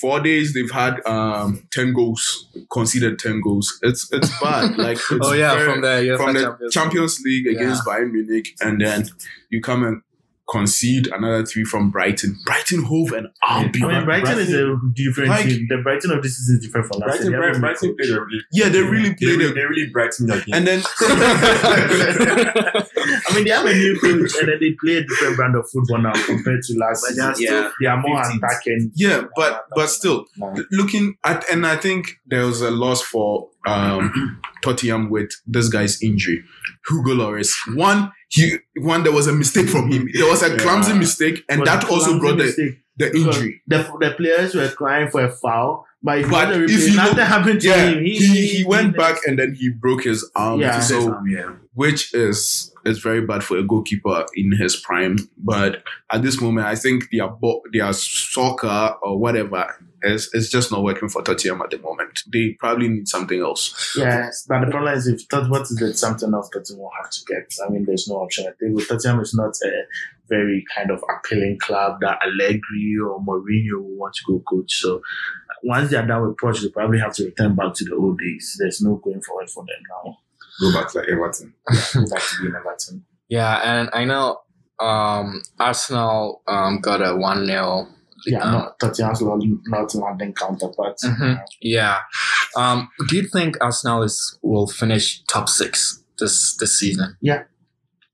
four days, they've had um, ten goals, conceded ten goals. It's it's bad. Like it's oh yeah, very- from the UEFA from the Champions. Champions, League against Bayern Munich, and then you come and concede another three from Brighton, Brighton Hove, and I Albion. mean, Brighton is a different Like- team. The Brighton of this season is different from last Brighton, year. Brighton, Brighton played a really, yeah, they really they played really, it. they really brightened that game. And then I mean, they have a new coach and then they play a different brand of football now compared to last But they season. are still They are more 15th. attacking. yeah, but but still looking at, and I think there was a loss for um, Tottenham with this guy's injury, Hugo Loris. One, he one there was a mistake from him. There was a clumsy Yeah. mistake, and But that the also clumsy brought the, mistake. the injury. The, the players were crying for a foul, but if, But you, if if you nothing look- happened to Yeah, him. he, he, went back and then he broke his arm. Yeah. So yeah. which is is very bad for a goalkeeper in his prime. But at this moment, I think their bo- their soccer or whatever is is just not working for Tottenham at the moment. They probably need something else. Yeah, but the problem is if that what is that something of Tottenham will have to get. I mean, there's no option. I think with Tottenham is not a very kind of appealing club that Allegri or Mourinho will want to go coach. So uh, once they are done with Poch, they probably have to return back to the old days. There's no going forward for them now. Go back to like Everton. Go back to being Everton. Yeah, and I know um, Arsenal um, got a 1 0. Yeah, no, Tottenham's not not London counterpart. Mhm. Yeah. Um, do you think Arsenal is, will finish top six this, this season? Yeah.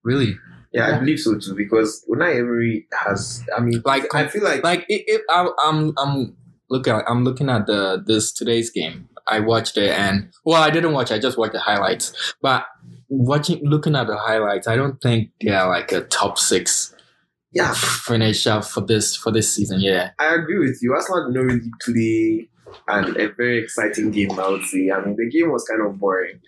Really? Yeah, I believe so too because Unai Emery has. I mean, Like- I feel like Like, it, it, I, I'm, I'm, look at, I'm looking at the this today's game. I watched it and, well, I didn't watch it, I just watched the highlights. But watching, looking at the highlights, I don't think they're like a top six yeah, finisher for this, for this season. Yeah. I agree with you. Arsenal did not really play and a very exciting game. I would say. I mean, the game was kind of boring.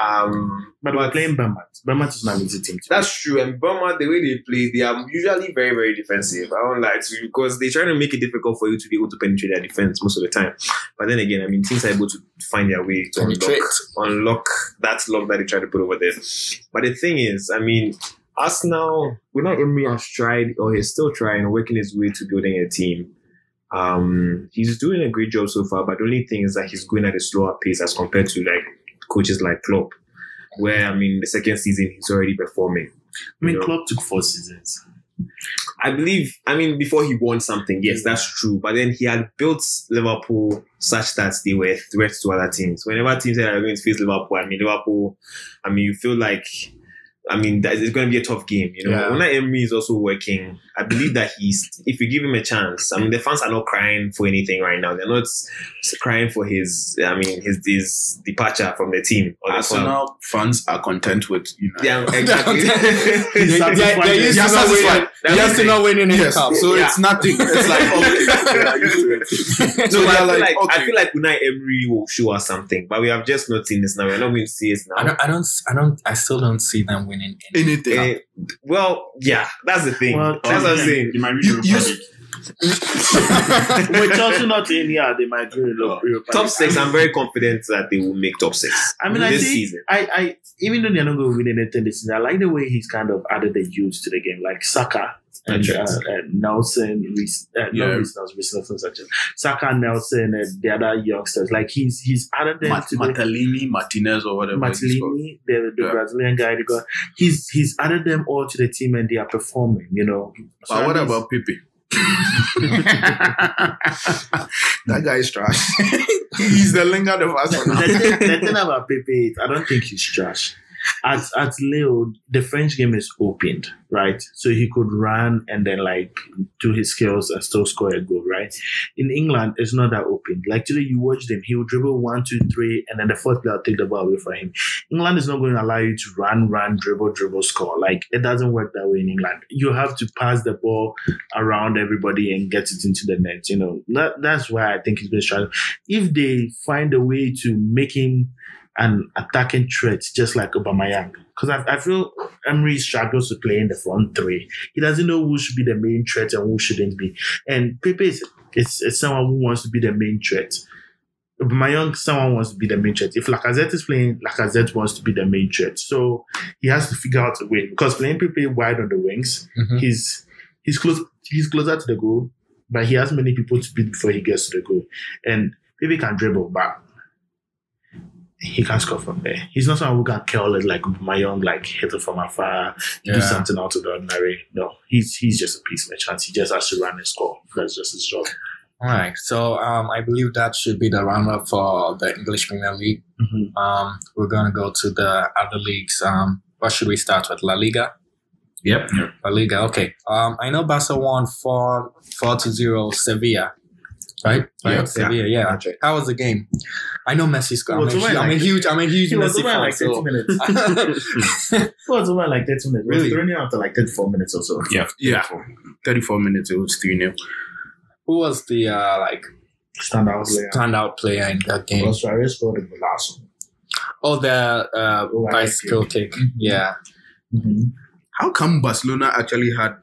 Um, But we're playing Bermat. Bermat is not an easy team. To That's true. And Burma, the way they play, they are usually very, very defensive. I won't lie to you because they're trying to make it difficult for you to be able to penetrate their defense most of the time. But then again, I mean, teams are able to find their way to unlock, Penetrate. unlock that lock that they try to put over there. But the thing is, I mean, Arsenal, we're not Emery has tried or he's still trying, working his way to building a team. Um, he's doing a great job so far, but the only thing is that he's going at a slower pace as compared to like coaches like Klopp, where I mean, the second season he's already performing. I mean, You know? Klopp took four seasons. I believe, I mean, before he won something, yes, that's true. But then he had built Liverpool such that they were threats to other teams. Whenever teams that are going to face Liverpool, I mean, Liverpool, I mean, you feel like, I mean, that it's going to be a tough game. You know, Yeah. Unai Emery is also working. I believe that he's, if you give him a chance, I mean, the fans are not crying for anything right now. They're not crying for his, I mean, his, his departure from the team. Or the club. Arsenal fans are content with you know. Yeah, exactly. He's They're- they're- satisfied. they're used Yeah, to not satisfied. winning- That's they're the used to thing. not winning any Yes, cup. so Yeah. it's nothing. It's like oh, okay, they are used to it. No, So but I, they are feel like, like, I okay. feel like Unai Emery will show us something, but we have just not seen this now. We're not going to see it I now. don't, I don't, I don't, I still don't see them winning. Any. Anything. Eh, well, yeah, that's the thing. Well, that's what I'm saying. You might reach You- the you- Republic. With Chelsea not in here, they might do a lot. Top six, I'm very confident that they will make top six. I mean, I this think- season. I, I even though they're not going to win anything this season, I like the way he's kind of added the youth to the game, like Saka and, uh, Trent. and Nelson, Reece, uh, Yeah. not Reece Nelson, Reece Nelson, such a- Saka, Nelson, and the other youngsters. Like he's he's added them Mat- to the Matalini, Martinez, or whatever. he's called. Martellini, the, the Yeah. Brazilian guy, they got, he's he's added them all to the team and they are performing. You know, So But what that means- about Pepe? that guy is trash. He's the Lingard of the, Arsenal. thing, the thing about Pepe? is I don't think he's trash. At at Leo, the French game is opened, right? So he could run and then like do his skills and still score a goal, right? In England, it's not that open. Like today, you watch them, he will dribble one, two, three, and then the fourth player will take the ball away from him. England is not going to allow you to run, run, dribble, dribble, score. Like it doesn't work that way in England. You have to pass the ball around everybody and get it into the net. You know that that's why I think he's been struggling. If they find a way to make him an attacking threat, just like Aubameyang, because I, I feel Emery struggles to play in the front three. He doesn't know who should be the main threat and who shouldn't be. And Pepe is, is, is someone who wants to be the main threat. My young someone wants to be the main threat. If Lacazette is playing, Lacazette wants to be the main threat. So he has to figure out a way because playing Pepe wide on the wings, Mhm. he's he's close he's closer to the goal, but he has many people to beat before he gets to the goal. And Pepe can dribble, but he can score from there. He's not someone who can curl it like my young, like hit it from afar, do Yeah. something out of the ordinary. No, he's he's just a piece of a chance. He just has to run and score. That's just his job. All right. So um, I believe that should be the roundup for the English Premier League. Mhm. Um, we're gonna go to the other leagues. Um, what should we start with? La Liga. Yep. La Liga. Okay. Um, I know Barca won four four to zero Sevilla. Right. Right. Yeah. Sevilla. Yeah. How was the game? I know Messi scored. I'm, Well, a huge, Tuchel I'm a huge. I'm like- a huge He was Messi over fan. like 30 so- minutes. He was over like 30 Really? minutes. Really? Was running after like 34 minutes or so. Yeah, 34 minutes, it was 3 0. Who was the uh, like Standout player. standout player in that game? Because Suarez scored in the last one. Oh, the uh, Oh, I bicycle kick. Yeah. How come Barcelona actually had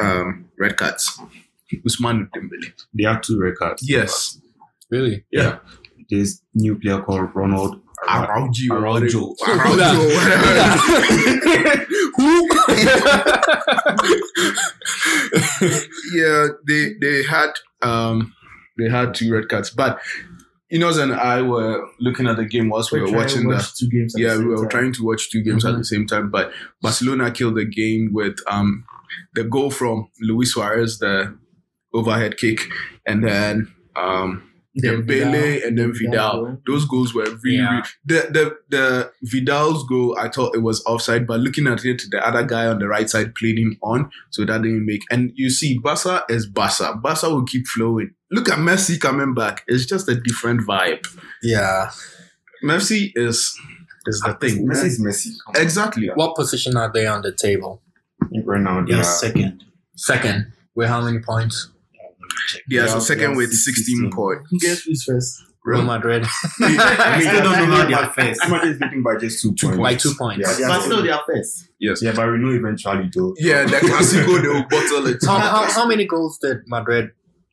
um, red cards? Usman Dembele. They have two records. Yes. Really. There's new player called Ronald. Ara- Araujo. Araujo. Araujo, whatever. yeah, they they had um they had two red cards, but Inos and I were looking at the game whilst we were trying watching to the. watch two games. at the Yeah, we same were time. Mm-hmm. trying to watch two games at the same time, but Barcelona killed the game with um the goal from Luis Suarez, the overhead kick, and then um Then Dembele and then Vidal. Vidal. Those goals were really, Yeah. really the, the the Vidal's goal. I thought it was offside, but looking at it, the other guy on the right side played him on, so that didn't make. And you see, Barca is Barca. Barca will keep flowing. Look at Messi coming back. It's just a different vibe. Yeah. Messi is is the thing. Messi is Messi. Exactly. What position are they on the table? I think Right now, they Yeah, are- second. Second. With how many points? Yeah, so Yeah, second yeah, with 16. 16 points. Guess who's first? Real Real- Madrid. I mean, I Still don't don't know know how they they are are first. Somebody is beating by just two, points. By two points. Yeah, But still, yeah, they are first. Yes. yeah, but we know eventually though. Yeah, the Classico, they will bottle it. How, how, how many goals did Madrid?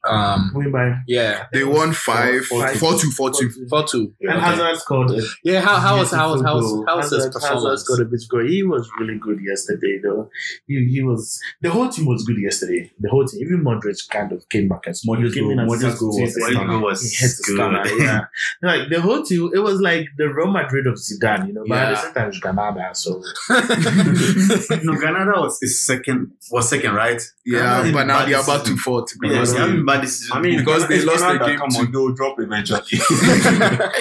Um, Win by yeah, They won five, Four- four- four two, four two. four two. Yeah. And Hazard scored. a Yeah, how how was how was how beautiful was, how goal. was his Hazard- Hazard performance? scored a bit goal. He was really good yesterday, though. He, he was the whole team was good yesterday. The whole team, even Modric, kind of came back as Modric's came goal- as Modric's goal was substitute. Well, you know He hit the stunner, yeah. like the whole team, it was like the Real Madrid of Zidane, you know. But at the Yeah. same time, it's Granada, so no, Granada was is second. Was second, right? Granada Yeah, in but now bad they're about to decision. fall. to be Yeah, honest. they haven't bad decision. I mean, Because they it's lost Ronaldo, the game Come on, too. they'll drop eventually. hey,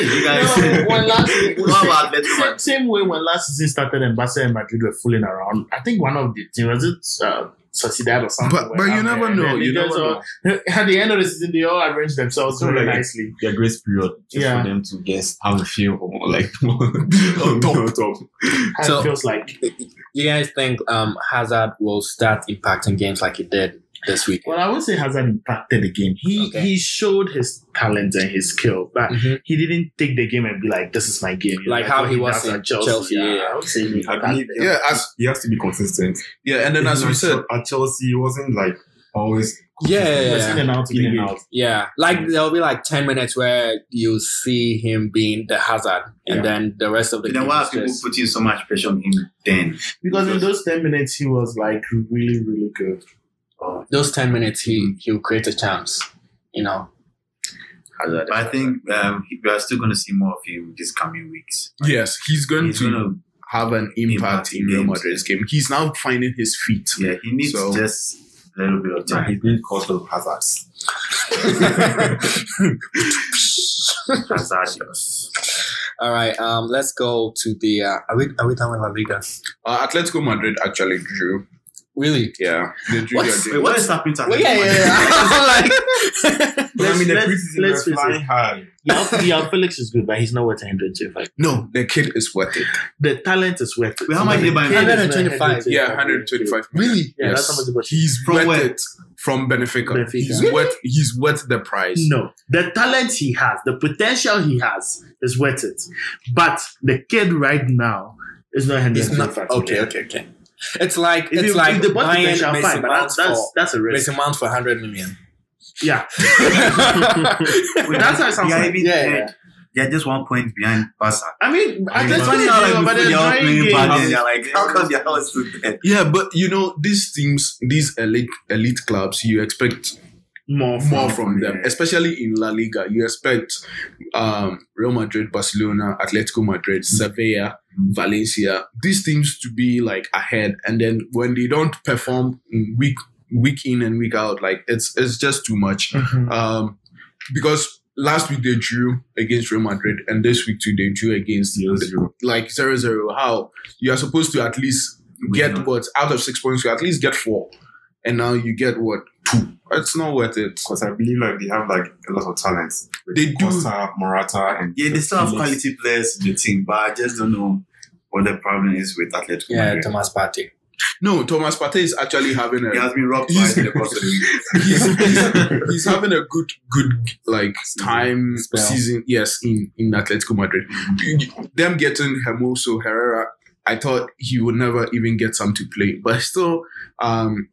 you guys. when last What about Atletico same, Madrid? same way when last season started and Barca and Madrid were fooling around. I think one of the team was it uh, Sociedad or something. Um, But- were but you out never there, and know, then they you just never all- At the end of the season, they all arranged themselves So, really like, nicely. Their grace period just Yeah. for them to guess how we feel or like on top. top. How So- it feels like. you guys think um Hazard will start impacting games like he did this week? Well, I would say Hazard impacted the game. He Okay. he showed his talent and his skill, but Mhm. he didn't take the game and be like, "This is my game." You know, Like how what he was does in at Chelsea, Yeah, yeah. I would say he I impacted believe the Yeah, as he has to be consistent. yeah, and then as Even we at said, Chel- at Chelsea, he wasn't like always. Yeah, yeah, game. He was yeah. in and out, in In and the out. Yeah, like there'll be like ten minutes where you see him being the Hazard, Yeah. and then the rest of the Then game. why is are people just- putting so much pressure on him? Then Because in those ten minutes, he was like really, really good. those ten minutes, he he'll create a chance. You know. But I think um, we are still going to see more of him these coming weeks. yes, he's going He's to going to, have an Impact impact in Real games. Madrid's game. He's now finding his feet. yeah, he needs So- just a little bit of Yeah, time. he's been caused of hazards. Hazard, yes. All right. Um, let's go to the. Uh, are we are we done with La Liga? Uh, Atletico Madrid actually drew. Really? Yeah, they drew. What's- their Wait, game. what is happening to Well, yeah, yeah, yeah. I'm like, But I mean, the Let's- preseason let's we're face flying it. high. Yeah, yeah, Felix is good, but he's not worth 125. No, the kid is worth it. The talent is worth it. Wait, how much did they buy him? 125. Yeah, 125. Really? Yeah, that's yes. how much they bought him. He's From worth where? it from Benfica. Benfica. He's Really? worth. He's worth the price. No, the talent he has, the potential he has is worth it. But the kid right now is not It's 125. not okay, okay, okay. It's like If, it's you, like if the bought buying potential, Mason fine, but Mount that's, that's, for that's a risk. Mason Mount for 100 million. Yeah, Wait, that's how it sounds they are like. even Yeah, dead. yeah. They are just one point behind Barca. I mean, I But just want to now, like, know, but before they're they are drawing playing bad, games. they are like, how come they are all still dead? Yeah, but you know these teams, these elite elite clubs, you expect More, more more. from them, Yeah. especially in La Liga. You expect um, Real Madrid, Barcelona, Atletico Madrid, Sevilla, Valencia, these teams to be like ahead, and then when they don't perform in week week in and week out, like it's it's just too much. Um, because last week they drew against Real Madrid, and this week too they drew against Zero, zero. like zero zero. How you are supposed to at least get Yeah. what out of six points, you at least get four, and now you get what two. It's not worth it. Because I believe like they have like a lot of talents. They do. Costa, Morata, and Yeah, they still have Felix. quality players in the team, but I just don't know what the problem is with Atletico Yeah, Madrid. Thomas Partey. No, Thomas Partey is actually having He a has been robbed by He's- the course of the week. he's, he's, he's having a good good like time Spell. season. Yes, in in Atletico Madrid, them getting Hermoso Herrera. I thought he would never even get some to play, but still, um,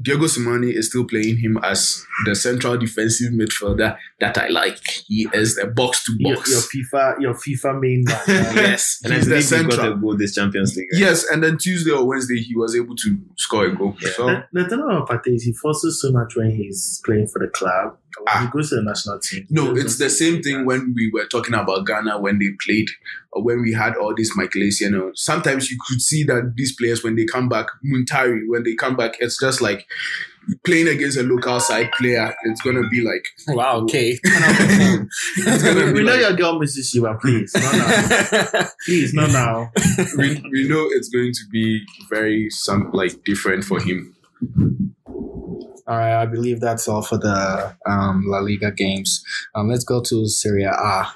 Diego Simone is still playing him as the central defensive midfielder that I like. He is the box to Your, your box. FIFA, your FIFA main man. Yes, And I he's the believe he got central. a goal this Champions League. right? Yes, and then Tuesday or Wednesday he was able to score a goal. Yeah. So The, the thing about Partey is he forces so much when he's playing for the club. When Ah. he goes to the national team. no, he it's doesn't the same do thing that. when we were talking about Ghana when they played, or when we had all this Michaelis. You know, sometimes you could see that these players when they come back, Muntari when they come back, it's just like playing against a local side player. It's gonna be like Wow. Okay. it's We, gonna we be know like, your girl misses you, but please, not now. please, not now. we, we know it's going to be very some like different for him. all right. I believe that's all for the um, La Liga games. Um, let's go to Serie A.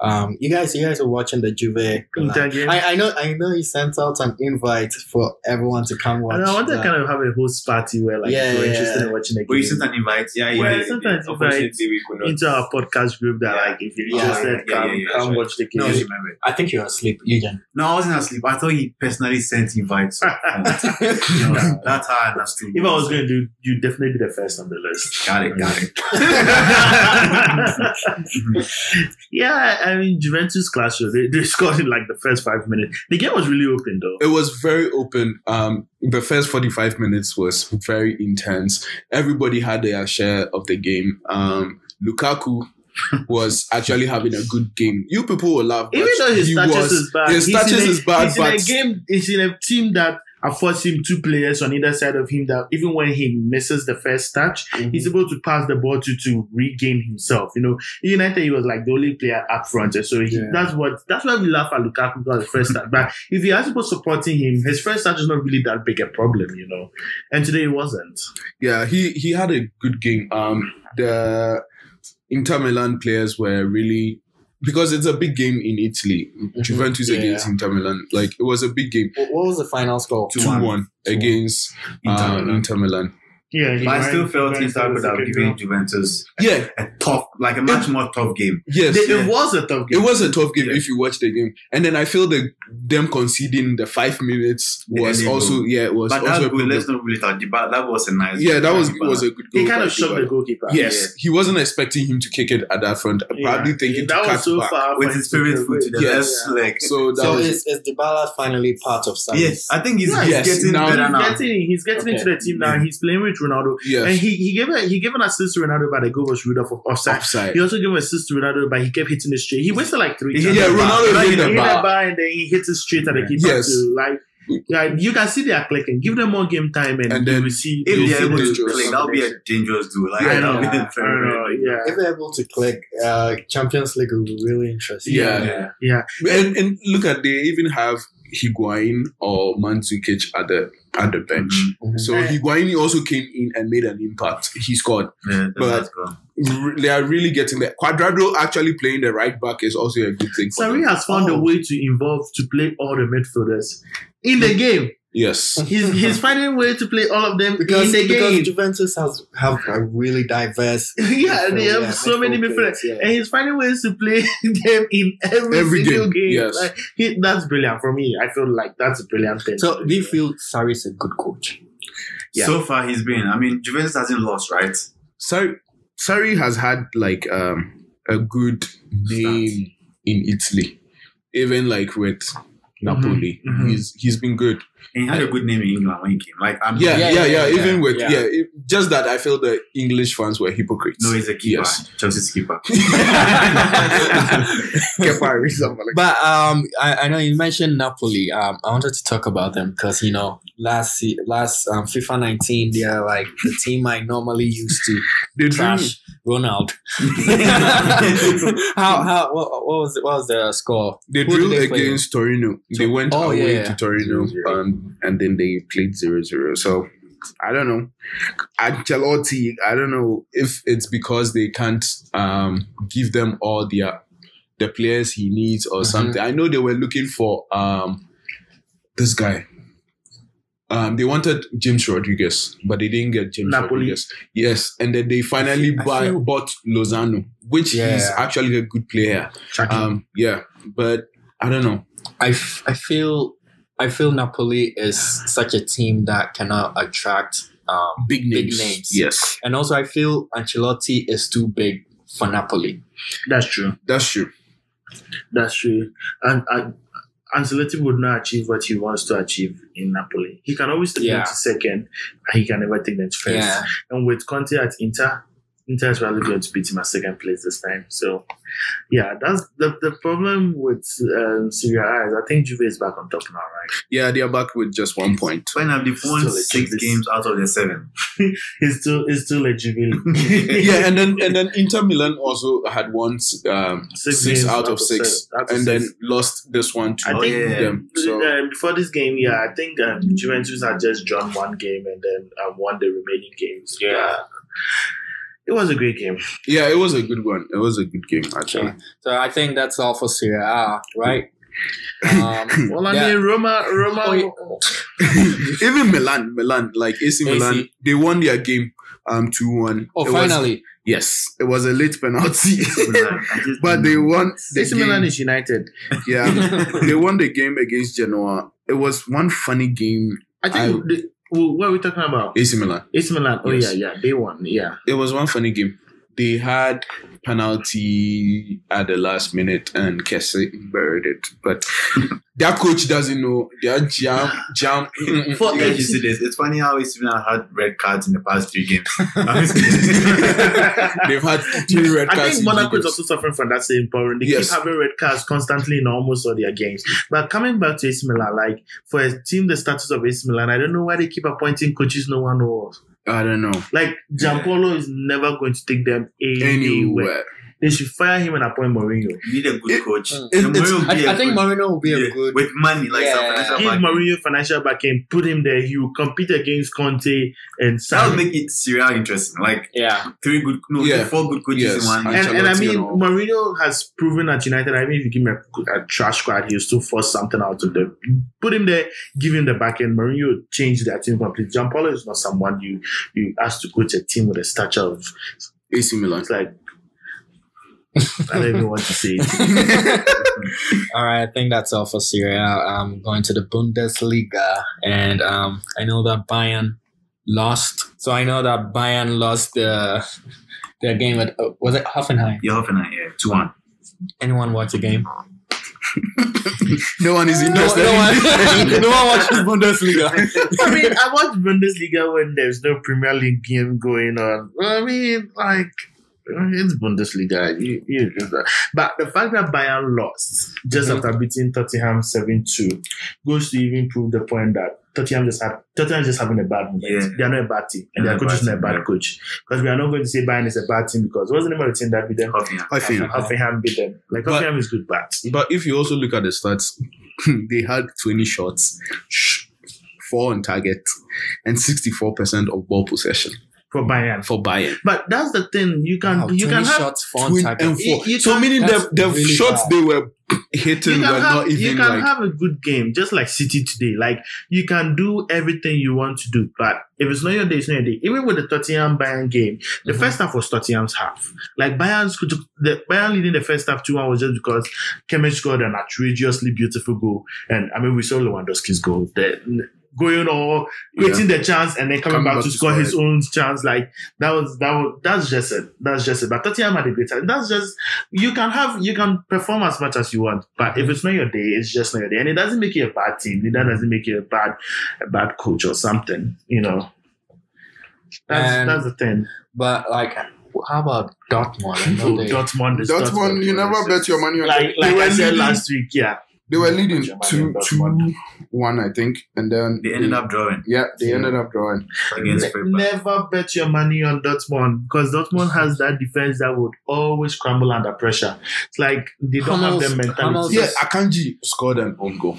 Um, you guys, you guys are watching the Juve. Inter game. I, I know, I know. He sent out an invite for everyone to come watch. And I want to the- kind of have a host party where like Yeah, if you're yeah, interested yeah. in watching a But you game sent an invite. Yeah, you Well, did. sometimes Unfortunately, invites we could not. into our podcast group that like if you're Yeah, interested, yeah, come, yeah, yeah, come sure. watch the No, I game. just remember. I think you're asleep, Eugen. No, I wasn't asleep. I thought he personally sent invites. You know, That's how I understood. If I was going to do, you'd definitely be the first on the list. Got it, got it. yeah, I mean Juventus clash. They, they scored in like the first five minutes. The game was really open though. it was very open. Um, the first 45 minutes was very intense. Everybody had their share of the game. Um, Lukaku was actually having a good game. You people will laugh. but Even though his he touches was- is bad, His he's touches in a, is bad, he's but in a game. He's in a team that affords him two players on either side of him. That even when he misses the first touch, Mm-hmm. he's able to pass the ball to to regain himself. You know, in United he was like the only player up front, and so he, Yeah. that's what that's why we laugh at Lukaku because the first touch. But if you ask people supporting him, his first touch is not really that big a problem, you know. And today it wasn't. yeah, he he had a good game. Um, the Inter Milan players were really because it's a big game in Italy. Juventus Yeah. against Inter Milan, like it was a big game. What what was the final score? Two one against Inter uh, Um, Milan. Inter Milan. Yeah, But I still felt Inter could have given Juventus Yeah, a tough, like a much more tough game. yes. It, it was a tough It game. was a tough game Yeah. if you watch the game, and then I feel the them conceding the five minutes The was early also goal. yeah it was But also that a goal, problem. let's not rule it out. Dybala- That was a nice. yeah that was it Dybala. was a good goal. He kind by of shocked the Dybala. goalkeeper. Yes, he wasn't expecting him to kick it at that front. Yeah. Probably thinking that was to cut so back. far With from his favorite foot to the Yes. left leg. So that So was is, is Dybala finally part of Sarri? Yes, I think he's, Yeah, he's yes, getting now- better He's now. getting, he's getting Okay. into the team now. He's playing with Ronaldo, and yes he, he gave a, he gave an assist to Ronaldo, but the goal was ruled off of offside. offside. He also gave an assist to Ronaldo, but he kept hitting it straight. He wasted like three. He Yeah, hit the chances. bar. Ronaldo He hit He the hit the bar. bar and then he hit it straight at the keeper. Yes. too. like Yeah, you can see they are clicking. Give them more game time, and, And you then will see. If you will they are see able the- to click, that would be a dangerous duel. Like, I know, that would be I know, yeah. If they're able to click, uh, Champions League will be really interesting. Yeah. Yeah. And, and look at they even have Higuain or Mandzukic at the at the bench. Mm-hmm. So Yeah. Higuain also came in and made an impact. He scored. But- Re- They are really getting there. Quadrado actually playing the right back is also a good thing. for Sarri them. has found a Oh. way to involve to play all the midfielders in the game. Yes. He's he's finding a way to play all of them Because, in the because game. Juventus has have a really diverse. yeah, they have midfield, yeah, so many midfielders. players, yeah. And he's finding ways to play them in every, Every single game. game, yes. Like, he, that's brilliant for me. I feel like that's a brilliant thing. So do you feel Sarri is a good coach? Yeah. So far, he's been. I mean, Juventus hasn't lost, right? Sarri, Sarri has had like um, a good name in Italy, even like with Napoli. mhm. He's he's been good. And he had a good name in England when he came. Like, I'm Yeah, yeah, yeah. yeah, even with yeah. yeah, it- just that I feel the English fans were hypocrites. No, he's a keeper. Yes. Chelsea's keeper. But um, I, I know you mentioned Napoli. Um, I wanted to talk about them because you know last se- last um, FIFA 19, they are like the team I normally used to they trash Ronald. how how what, what was what was the score? They Who did drew they play against Torino. They went Oh, away yeah, yeah. to Torino um, and then they played 0 0. So I don't know. Ancelotti, I don't know if it's because they can't um, give them all their the players he needs or Mm-hmm. something. I know they were looking for um, this guy. Um, they wanted James Rodriguez, but they didn't get James Napoli. Rodriguez. Yes, and then they finally I buy, feel- bought Lozano, which is Yeah. actually a good player. Um, yeah, but I don't know. I, f- I feel I feel Napoli is such a team that cannot attract um, Big names. names. Yes, and also I feel Ancelotti is too big for Napoli. that's true. that's true. That's true. And and Ancelotti would not achieve what he wants to achieve in Napoli. He can always take Yeah. them to second, and he can never take them to first. Yeah. And with Conte at Inter, Inter is probably going to beat him at second place this time. So, yeah, that's the, the problem with um, Serie A is I think Juve is back on top now, right? Yeah, they are back with just one point. when have they won Still a six Juventus. games out of the seven? It's still it's still a Juve. yeah, and then and then Inter Milan also had won um, Six six, games out of six, seven, out of and six. then lost this one to I think- them. So Um, before this game, yeah, I think um, Juventus had just drawn one game and then um, won the remaining games. Yeah, it was a great game. yeah, it was a good one. It was a good game actually. So I think that's all for Serie A, right? Hmm. Um, Well, I Yeah. mean, Roma, Roma, Oh, yeah. Even Milan, Milan, like AC Milan, AC. they won their game um two one. oh, finally, yes, it was a late penalty, I just- but they won. The AC Milan game. is United. Yeah, they won the game against Genoa. It was one funny game. I think. the, well, what are we talking about? AC Milan. AC Milan. Oh Yes. yeah, yeah, they won. Yeah, It was one funny game. They had penalty at the last minute and Kessie buried it. But their coach doesn't know. Their jam jam. For you guys should see this. It's funny how AC Milan had red cards in the past three games. That's They've had two red I cards. think in Monaco is Ligas. also suffering from that same problem. They Yes. keep having red cards constantly in almost all their games. But coming back to AC Milan, like for a team the status of AC Milan, I don't know why they keep appointing coaches no one knows. I don't know Like Giampolo is never going to take them anywhere. anywhere. They should fire him and appoint Mourinho. you need a good It- coach. it- And it's- Mourinho will be I, I a think good- Marino will be a yeah, good. with money, like some Yeah. financial Give backing. Mourinho financial backing, put him there. He will compete against Conte and That would Sarri. make it serial interesting. Like Yeah, three good, no, Yeah. four good coaches Yes. in one. And- And, and I Ancelotti mean, and all. Mourinho has proven at United. I mean, if you give him a, a trash squad, he'll still force something out of them. Put him there, give him the back end. Mourinho changed that team completely. Gianpaolo is not someone you you ask to coach a team with a stature of AC Milan. it's like. I don't even want to say it. all right. I think that's all for Serie A. I'm going to the Bundesliga, and um, I know that Bayern lost. So I know that Bayern lost the their game at uh, was it Hoffenheim? You're Hoffenheim, yeah, two one. Anyone watch the game? No one is No, interested. no in one, this. no one watches Bundesliga. I mean, I watch Bundesliga when there's no Premier League game going on. I mean, like, It's Bundesliga. You, you just, but the fact that Bayern lost just Mm-hmm. after beating Tottenham 7 2 goes to even prove the point that Tottenham just had Tottenham is just having a bad moment. Yeah. They are not a bad team. And They're their not a coach bad is not a team, bad yeah. coach. Because we are not going to say Bayern is a bad team because what's the name of the team that beat them? Hoffenheim. I think. Hoffenheim beat them. Like But- Hoffenheim is good, but But if you also look at the stats, they had 20 shots, sh- four on target, and 64% of ball possession for Bayern. for Bayern. But that's the thing. You can Wow, 20 you can have shots for Twin target. and four. You- you so can- meaning that's the, the really shots bad. they were hitting you were can, have, not you even can like have a good game, just like City today. Like you can do everything you want to do, but if it's not your day, it's not your day. Even with the Tottenham Bayern game, the Mm-hmm. first half was Tottenham's half. Like Bayern's could the Bayern leading the first half two one was just because Kimmich scored an outrageously beautiful goal, and I mean we saw Lewandowski's goal. The, going or creating the chance and then coming Coming back, back to to score score his it. own chance. Like that was that was that's just it. That's just it. But Tottenham had a great time. That's just you can have you can perform as much as you want, but Mm-hmm. if it's not your day, it's just not your day, and it doesn't make you a bad team. Neither doesn't make you a bad a bad coach or something. You know, that's And- that's the thing. But like, how about Dortmund? I know they- Dortmund, is Dortmund, you never bet your money on Like them. like they I were said leading, last week, yeah. they were leading Germany two, and Dortmund. two, one, I think, and then They ended up drawing Yeah, they ended up drawing. against Freiburg. Never bet your money on Dortmund because Dortmund Mm-hmm. has that defense that would always crumble under pressure. It's like they don't have Hummels- the Hummels- mentality. Yeah, Akanji scored an own goal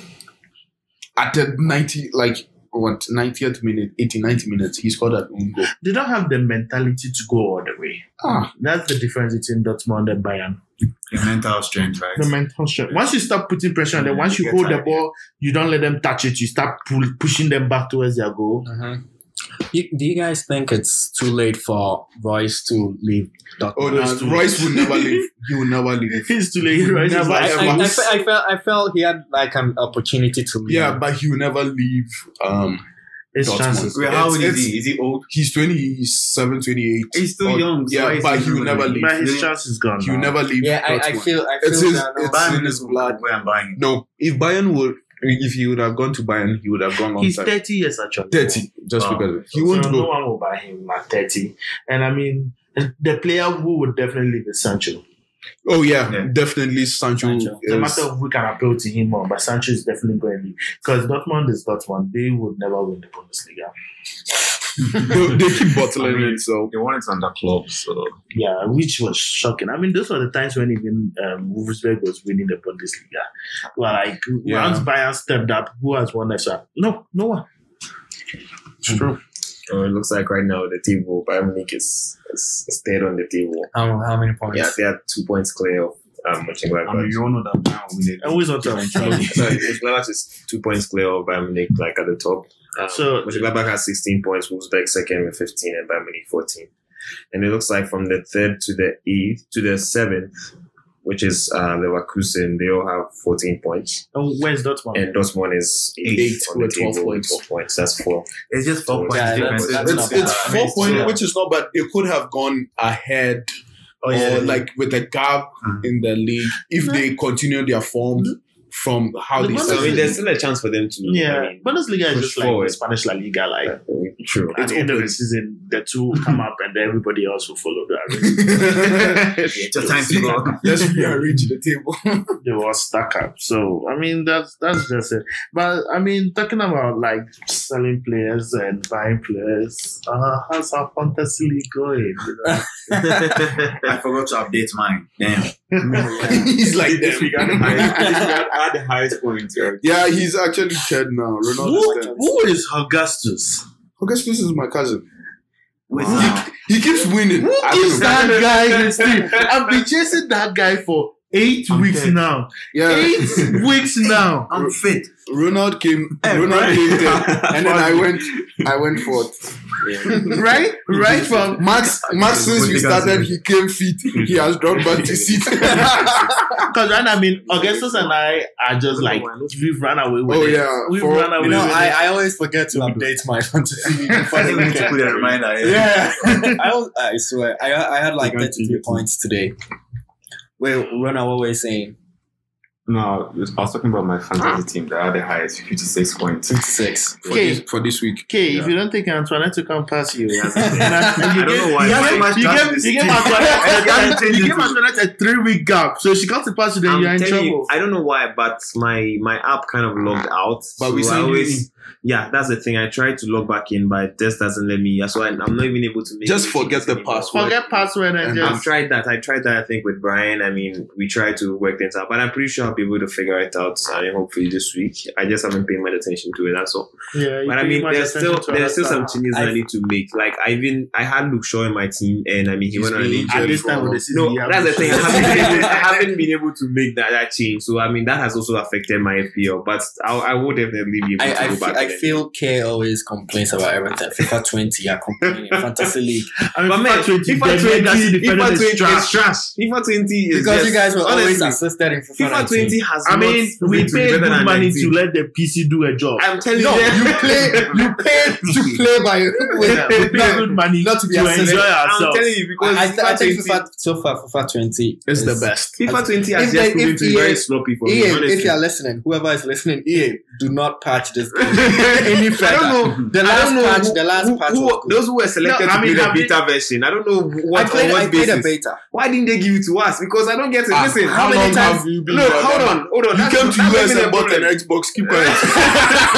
at the ninety, like what ninetieth minute, 80, 90 minutes. He scored an own goal. They don't have the mentality to go all the way. Ah. That's the difference between Dortmund and Bayern. Your mental strength, right? The mental strength. Once you start putting pressure on Mm, them, once you Get hold the tired, ball, you don't let them touch it. You start pull, pushing them back towards their goal. You- do you guys think it's too late for Royce to leave? Oh, no, Royce too. Royce would never leave. He would never leave. It's too late. Right? It's never I, like- ever- I, I, fe- I felt I felt he had like an opportunity to leave. Yeah, but he will never leave. Um, it's Dortmund. chances. Wait, how old It's- is he? Is he old? he's 27, 28. He's still Or- young. so yeah, why is but he will gonna never be- leave. But his Then chance is gone. He will now. never leave. yeah, I, I Dortmund. feel I feel It's his- that no. it's- Bayern in his is blood. Where I'm buying him. no, if Bayern would, if he would have gone to Bayern, he would have gone long He's time. 30 years actually. 30, just Wow. because of it. He won't so No go. one will buy him at 30. And I mean, the player who would definitely leave is Sancho. Oh, yeah, Yeah. definitely Sancho. Sancho. is- No matter who can appeal to him or, but Sancho is definitely going to leave. Because Dortmund is Dortmund. They would never win the Bundesliga. they, they keep bottling I mean, it, so. They wanted to under club, so Yeah, which was shocking. I mean, those were the times when even um, Wolfsburg was winning the Bundesliga. Well, like, Yeah. once Bayern stepped up, who has won next up? No, no one. Oh, it looks like right now the table, Bayern Munich is, is, is dead on the table. How, how many points? Yeah, they are two points clear of um, Mönchengladbach. I mean, you all know that now. We need I always want to no, Mönchengladbach is two points clear of Bayern Munich, like at the top. Um, So- Mönchengladbach has 16 points, Wolfsburg second with 15, and Bayern Munich 14. And it looks like from the third to the eighth to the seventh, which is uh, Leverkusen, they all have 14 points, And where's Oh, Dortmund? and Dortmund is eighth Eight on the with 12 table with points. 12 points. That's four. It's just four points Yeah, that's- difference. that's It's, not it's bad. four point, yeah. which is not bad. It could have gone ahead Oh, yeah. or like with a gap Mhm. in the league if No. they continue their form from how Hmm. The they Bundesliga- So I mean, started. there's still a chance for them to. yeah, I mean, Bundesliga is push just like forward. the Spanish La Liga. Like, Uh, True. at It's the end of open. the season, the two will come up and everybody else will follow. They were- it's just time to go. Let's rearrange the table. They were all stuck up. So I mean, that's that's just it. But I mean, talking about like selling players and buying players, uh, how's our fantasy league going? You know? I forgot to update mine. Damn. he's like that. I had the highest points. Right? yeah, he's actually third now. Ronaldo is third. who is Augustus? Augustus is my cousin. Wait, Wow. He keeps winning. Who I is don't know. that guy? in this team? I've been chasing that guy for eight I'm weeks dead. now. Eight Yeah, weeks now. I'm fit. Ronald came. Eh, Ronald right. came third, and then I went. I went fourth. Right, right from Max, Max, since we started, he came fit. He has dropped back to seat. Because right now, I mean, Augustus and I are just like we've run away with Oh, it. yeah. we've For- run away You know, with it. I always forget to update my fantasy. I think we need to put a reminder. Yeah. I, was- I swear, I, I had like 33 points today. Wait, Rona, what were you saying? No, I was talking about my fantasy team that had the highest 56 points. Six for, Okay. this, for this week. Okay, Yeah. if you don't think Antoinette will come past you, and I, I don't know why. You Why am I gave, you drafting gave, this you gave team? Antoinette, a- changing you gave Antoinette a three week gap, so if she got to pass you, then I'm you're in telling trouble. you, I don't know why, but my my app kind of logged out. But we I signed you always, yeah, that's the thing. I tried to log back in, but it just doesn't let me. That's why I'm not even able to make. Just any forget changes the anymore. password. Forget password and And just I've tried that. I tried that. I think with Brian. I mean, we tried to work things out, but I'm pretty sure I'll be able to figure it out. I mean, hopefully this week. I just haven't paid much attention to it. That's all. yeah. you But I pretty mean, much there's still attention to there's still some other stuff. changes I need to make. Like I even I had Luke Shaw in my team, and I mean he He's went on an been injury. At this time of the season, No, you have that's the thing. I issues. haven't, been able, I haven't been able to make that, that change. So I mean, that has also affected my FPL. But I, I will definitely be able I, to I, go f- back. I there. feel K always complains about everything. FIFA 20, I complain in Fantasy League. I mean, But man, FIFA 20, FIFA the 20 mental is- defender FIFA 20 is is trash. FIFA 20 is Because just, you guys were always honestly, assisted in FIFA, FIFA 19. 20 has. I not mean, we been pay better good than money 19. to let the PC do a job. I'm telling No, you, you play, you pay to play by with, we with pay good money not to be to assisted. enjoy I'm ourselves. telling you because I, I think FIFA 20 FIFA so far FIFA 20 It's is- the best. FIFA 20 has If just they- proven if to be EA very sloppy for EA, me. if Honestly. you are listening, whoever is listening, EA, do not patch this. game. Any further. I don't know. The last don't know patch, who- the last Who, patch. who, was good. those who were selected No, I to play mean, the I mean- beta version, I don't know what I played, on what I played a basis. beta. Why didn't they give it to us? Because I don't get it. Ah, Listen, how many long times- have you been? Look, there? hold on, hold on. You That's- came to that's US even a and bought an problem. Xbox. Keep quiet.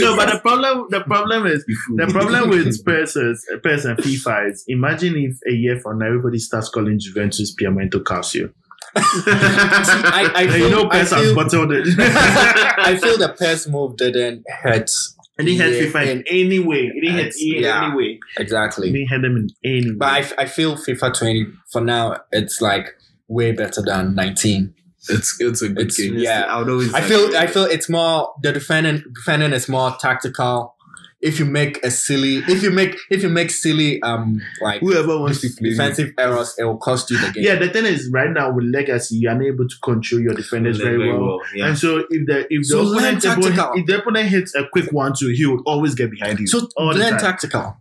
no, but the problem the problem is the problem with persons Pers and FIFA is imagine if a year from now everybody starts calling Juventus Piamento Calcio. I, I And feel, you know I Pers has feel, bottled it. I feel the PES move didn't hurt. and he had Yeah, FIFA in and- any way. It didn't hurt EA Yeah. in any way. It Exactly. didn't hurt them in any way. But I, f- I feel FIFA 20 for now, it's like way better than 19. It's it's a good It's, game. yeah. I would always. I feel I feel it's more the defending defending is more tactical. If you make a silly, if you make if you make silly um like Whoever wants to play, defensive errors, it will cost you the game. yeah, the thing is right now with legacy, you are not able to control your defenders very, well. Yeah. And so if the if the So learn opponent tactical. if the opponent hits a quick one two, he will always get behind you. So all the learn time. tactical.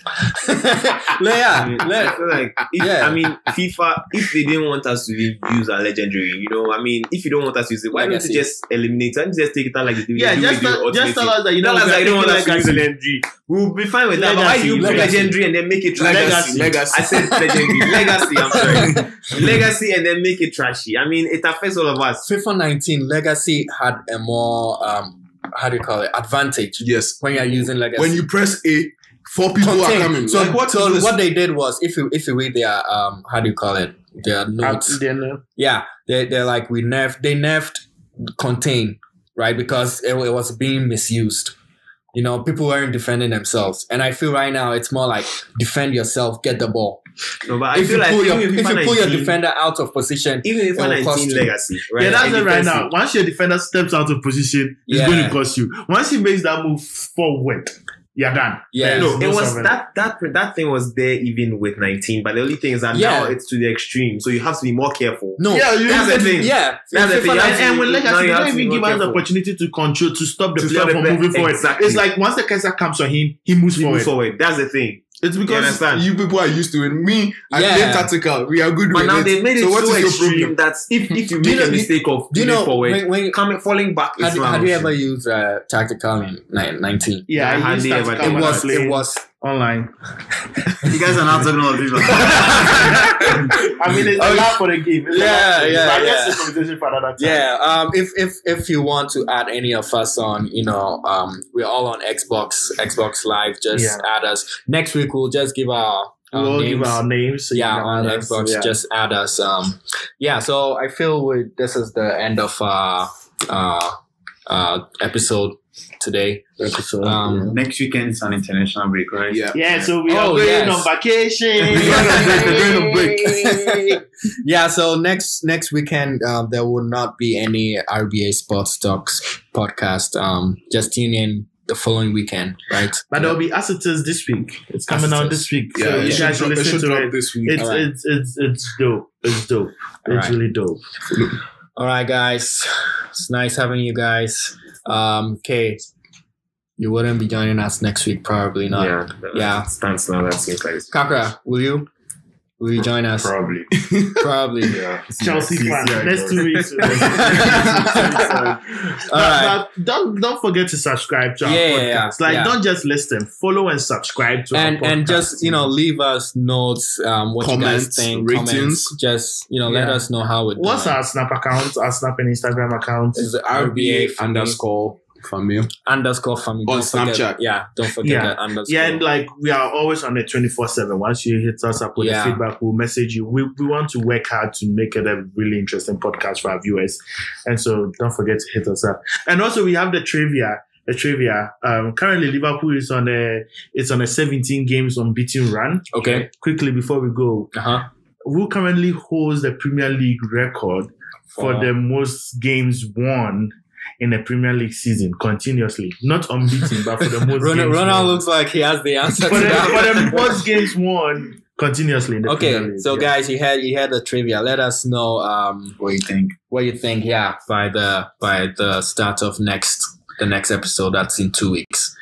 yeah, I mean, I feel like if, Yeah. I mean FIFA. If they didn't want us to use our legendary, you know, I mean, if you don't want us to use it, why don't Legacy. you just eliminate? it? Why don't you just take it out like the yeah, do with just the tell, just tell ultimate us that team? you know Tell us we are that you don't want us taking to use legacy. the legendary. We'll be fine with that. But why Legacy, you use legacy. legendary and then make it trashy? Legacy. I said legendary. legacy. I'm sorry. legacy and then make it trashy. I mean, it affects all of us. FIFA 19 Legacy had a more um how do you call it advantage Yes. when you're using Legacy. When you press A, four people Contain. are coming. So, like, what so is this? what they did was if you if you read their um how do you call it their notes At the end, uh, Yeah, they they're like we nerfed. They nerfed contain right because it, wa- it was being misused. You know, people weren't defending themselves, and I feel right now it's more like defend yourself, get the ball. No, but if I you feel like pull your even if you with FIFA pull your 19, defender out of position, even if it will cost 19 you. legacy, right? yeah, that's And it right defensive. now. Once your defender steps out of position, it's Yeah. going to cost you. Once he makes that move forward, you're done. yeah, No, It was surrender. that that that thing was there even with 19, but the only thing is that Yeah. now it's to the extreme, so you have to be more careful. no, Yeah, you- That's the thing. yeah. That's the thing. FIFA You have And, to and be- with now legacy, you they have don't to be even more give us the careful. opportunity to control to stop the To player stop the from player. moving forward. Exactly. It's like once the Kaiser comes on him, he moves You move forward. forward. That's the thing. It's You understand? because you people are used to it. Me, I Yeah. play tactical. We are good But with now it. they made it so so, what is your extreme problem? that if if you Do you make know- a do- mistake of Do you moving know forward, when, when coming falling back is had, wrong. had you ever used uh, tactical in ni- nineteen? Yeah, Yeah, I hardly used ever that did It when I was played it was online. You guys are not talking about FIFA. I mean, it's a lot for the game. It's a Yeah, lot for yeah, the game. But I guess yeah. it's a conversation for another time. Yeah, um, if if if you want to add any of us on, you know, um, we're all on Xbox, Xbox Live. Just Yeah. add us. Next week we'll just give our, our We'll names. give our names. So you yeah, can on add us. Xbox, Yeah. just add us. Um, yeah. So I feel we, this is the end of uh, uh, uh, episode today. Episode, Um, Next weekend is an international break, right? Yeah. yeah. yeah, so we are Oh, going yes. on vacation. We're going on break. We're going on break. yeah. So next next weekend um, there will not be any RBA Sports Talks podcast. Um, just tune in the following weekend, right? But there'll be as it is this week. It's coming As it out is. this week. Yeah, so it you should guys should drop- it listen should to drop it. this week. It's, Alright. it's it's it's dope. It's dope. It's Alright. really dope. All right, guys. It's nice having you guys. Um, Kay, you wouldn't be joining us next week, probably not. Yeah, Yeah. Stands now. That seems like it's Kakra, will you? Will you join us? Probably. Probably. Yeah. Chelsea See- fan. see how it Next goes. two weeks. All right. But don't don't forget to subscribe to our Yeah, podcast. yeah, like yeah. don't just listen, follow and subscribe to And our podcast. and just you know leave us notes, um, what you guys Comments, think, ratings. comments. Just you know let Yeah. us know how it. what's our Snap account? Our Snap and Instagram account. It's the RBA underscore family. underscore family On Don't forget- Snapchat. Yeah, don't forget Yeah. that underscore. Yeah, and like we are always on it 24 7. Once you hit us up with Yeah. the feedback, we'll message you. We, we want to work hard to make it a really interesting podcast for our viewers. And so don't forget to hit us up. And also, we have the trivia. The trivia. Um, currently, Liverpool is on a it's on a 17 games unbeaten run. okay. Quickly before we go, Uh huh. who currently holds the Premier League record for the most games won in a Premier League season continuously? Not unbeaten, but for the most. Ronald, games won Ronald looks like he has the answer to for, the, that. for the most games won continuously in the Premier Okay, League, so yeah. guys, you had you had the trivia. Let us know um, What do you think? what you think. Yeah, by the by the start of next the next episode. That's in two weeks.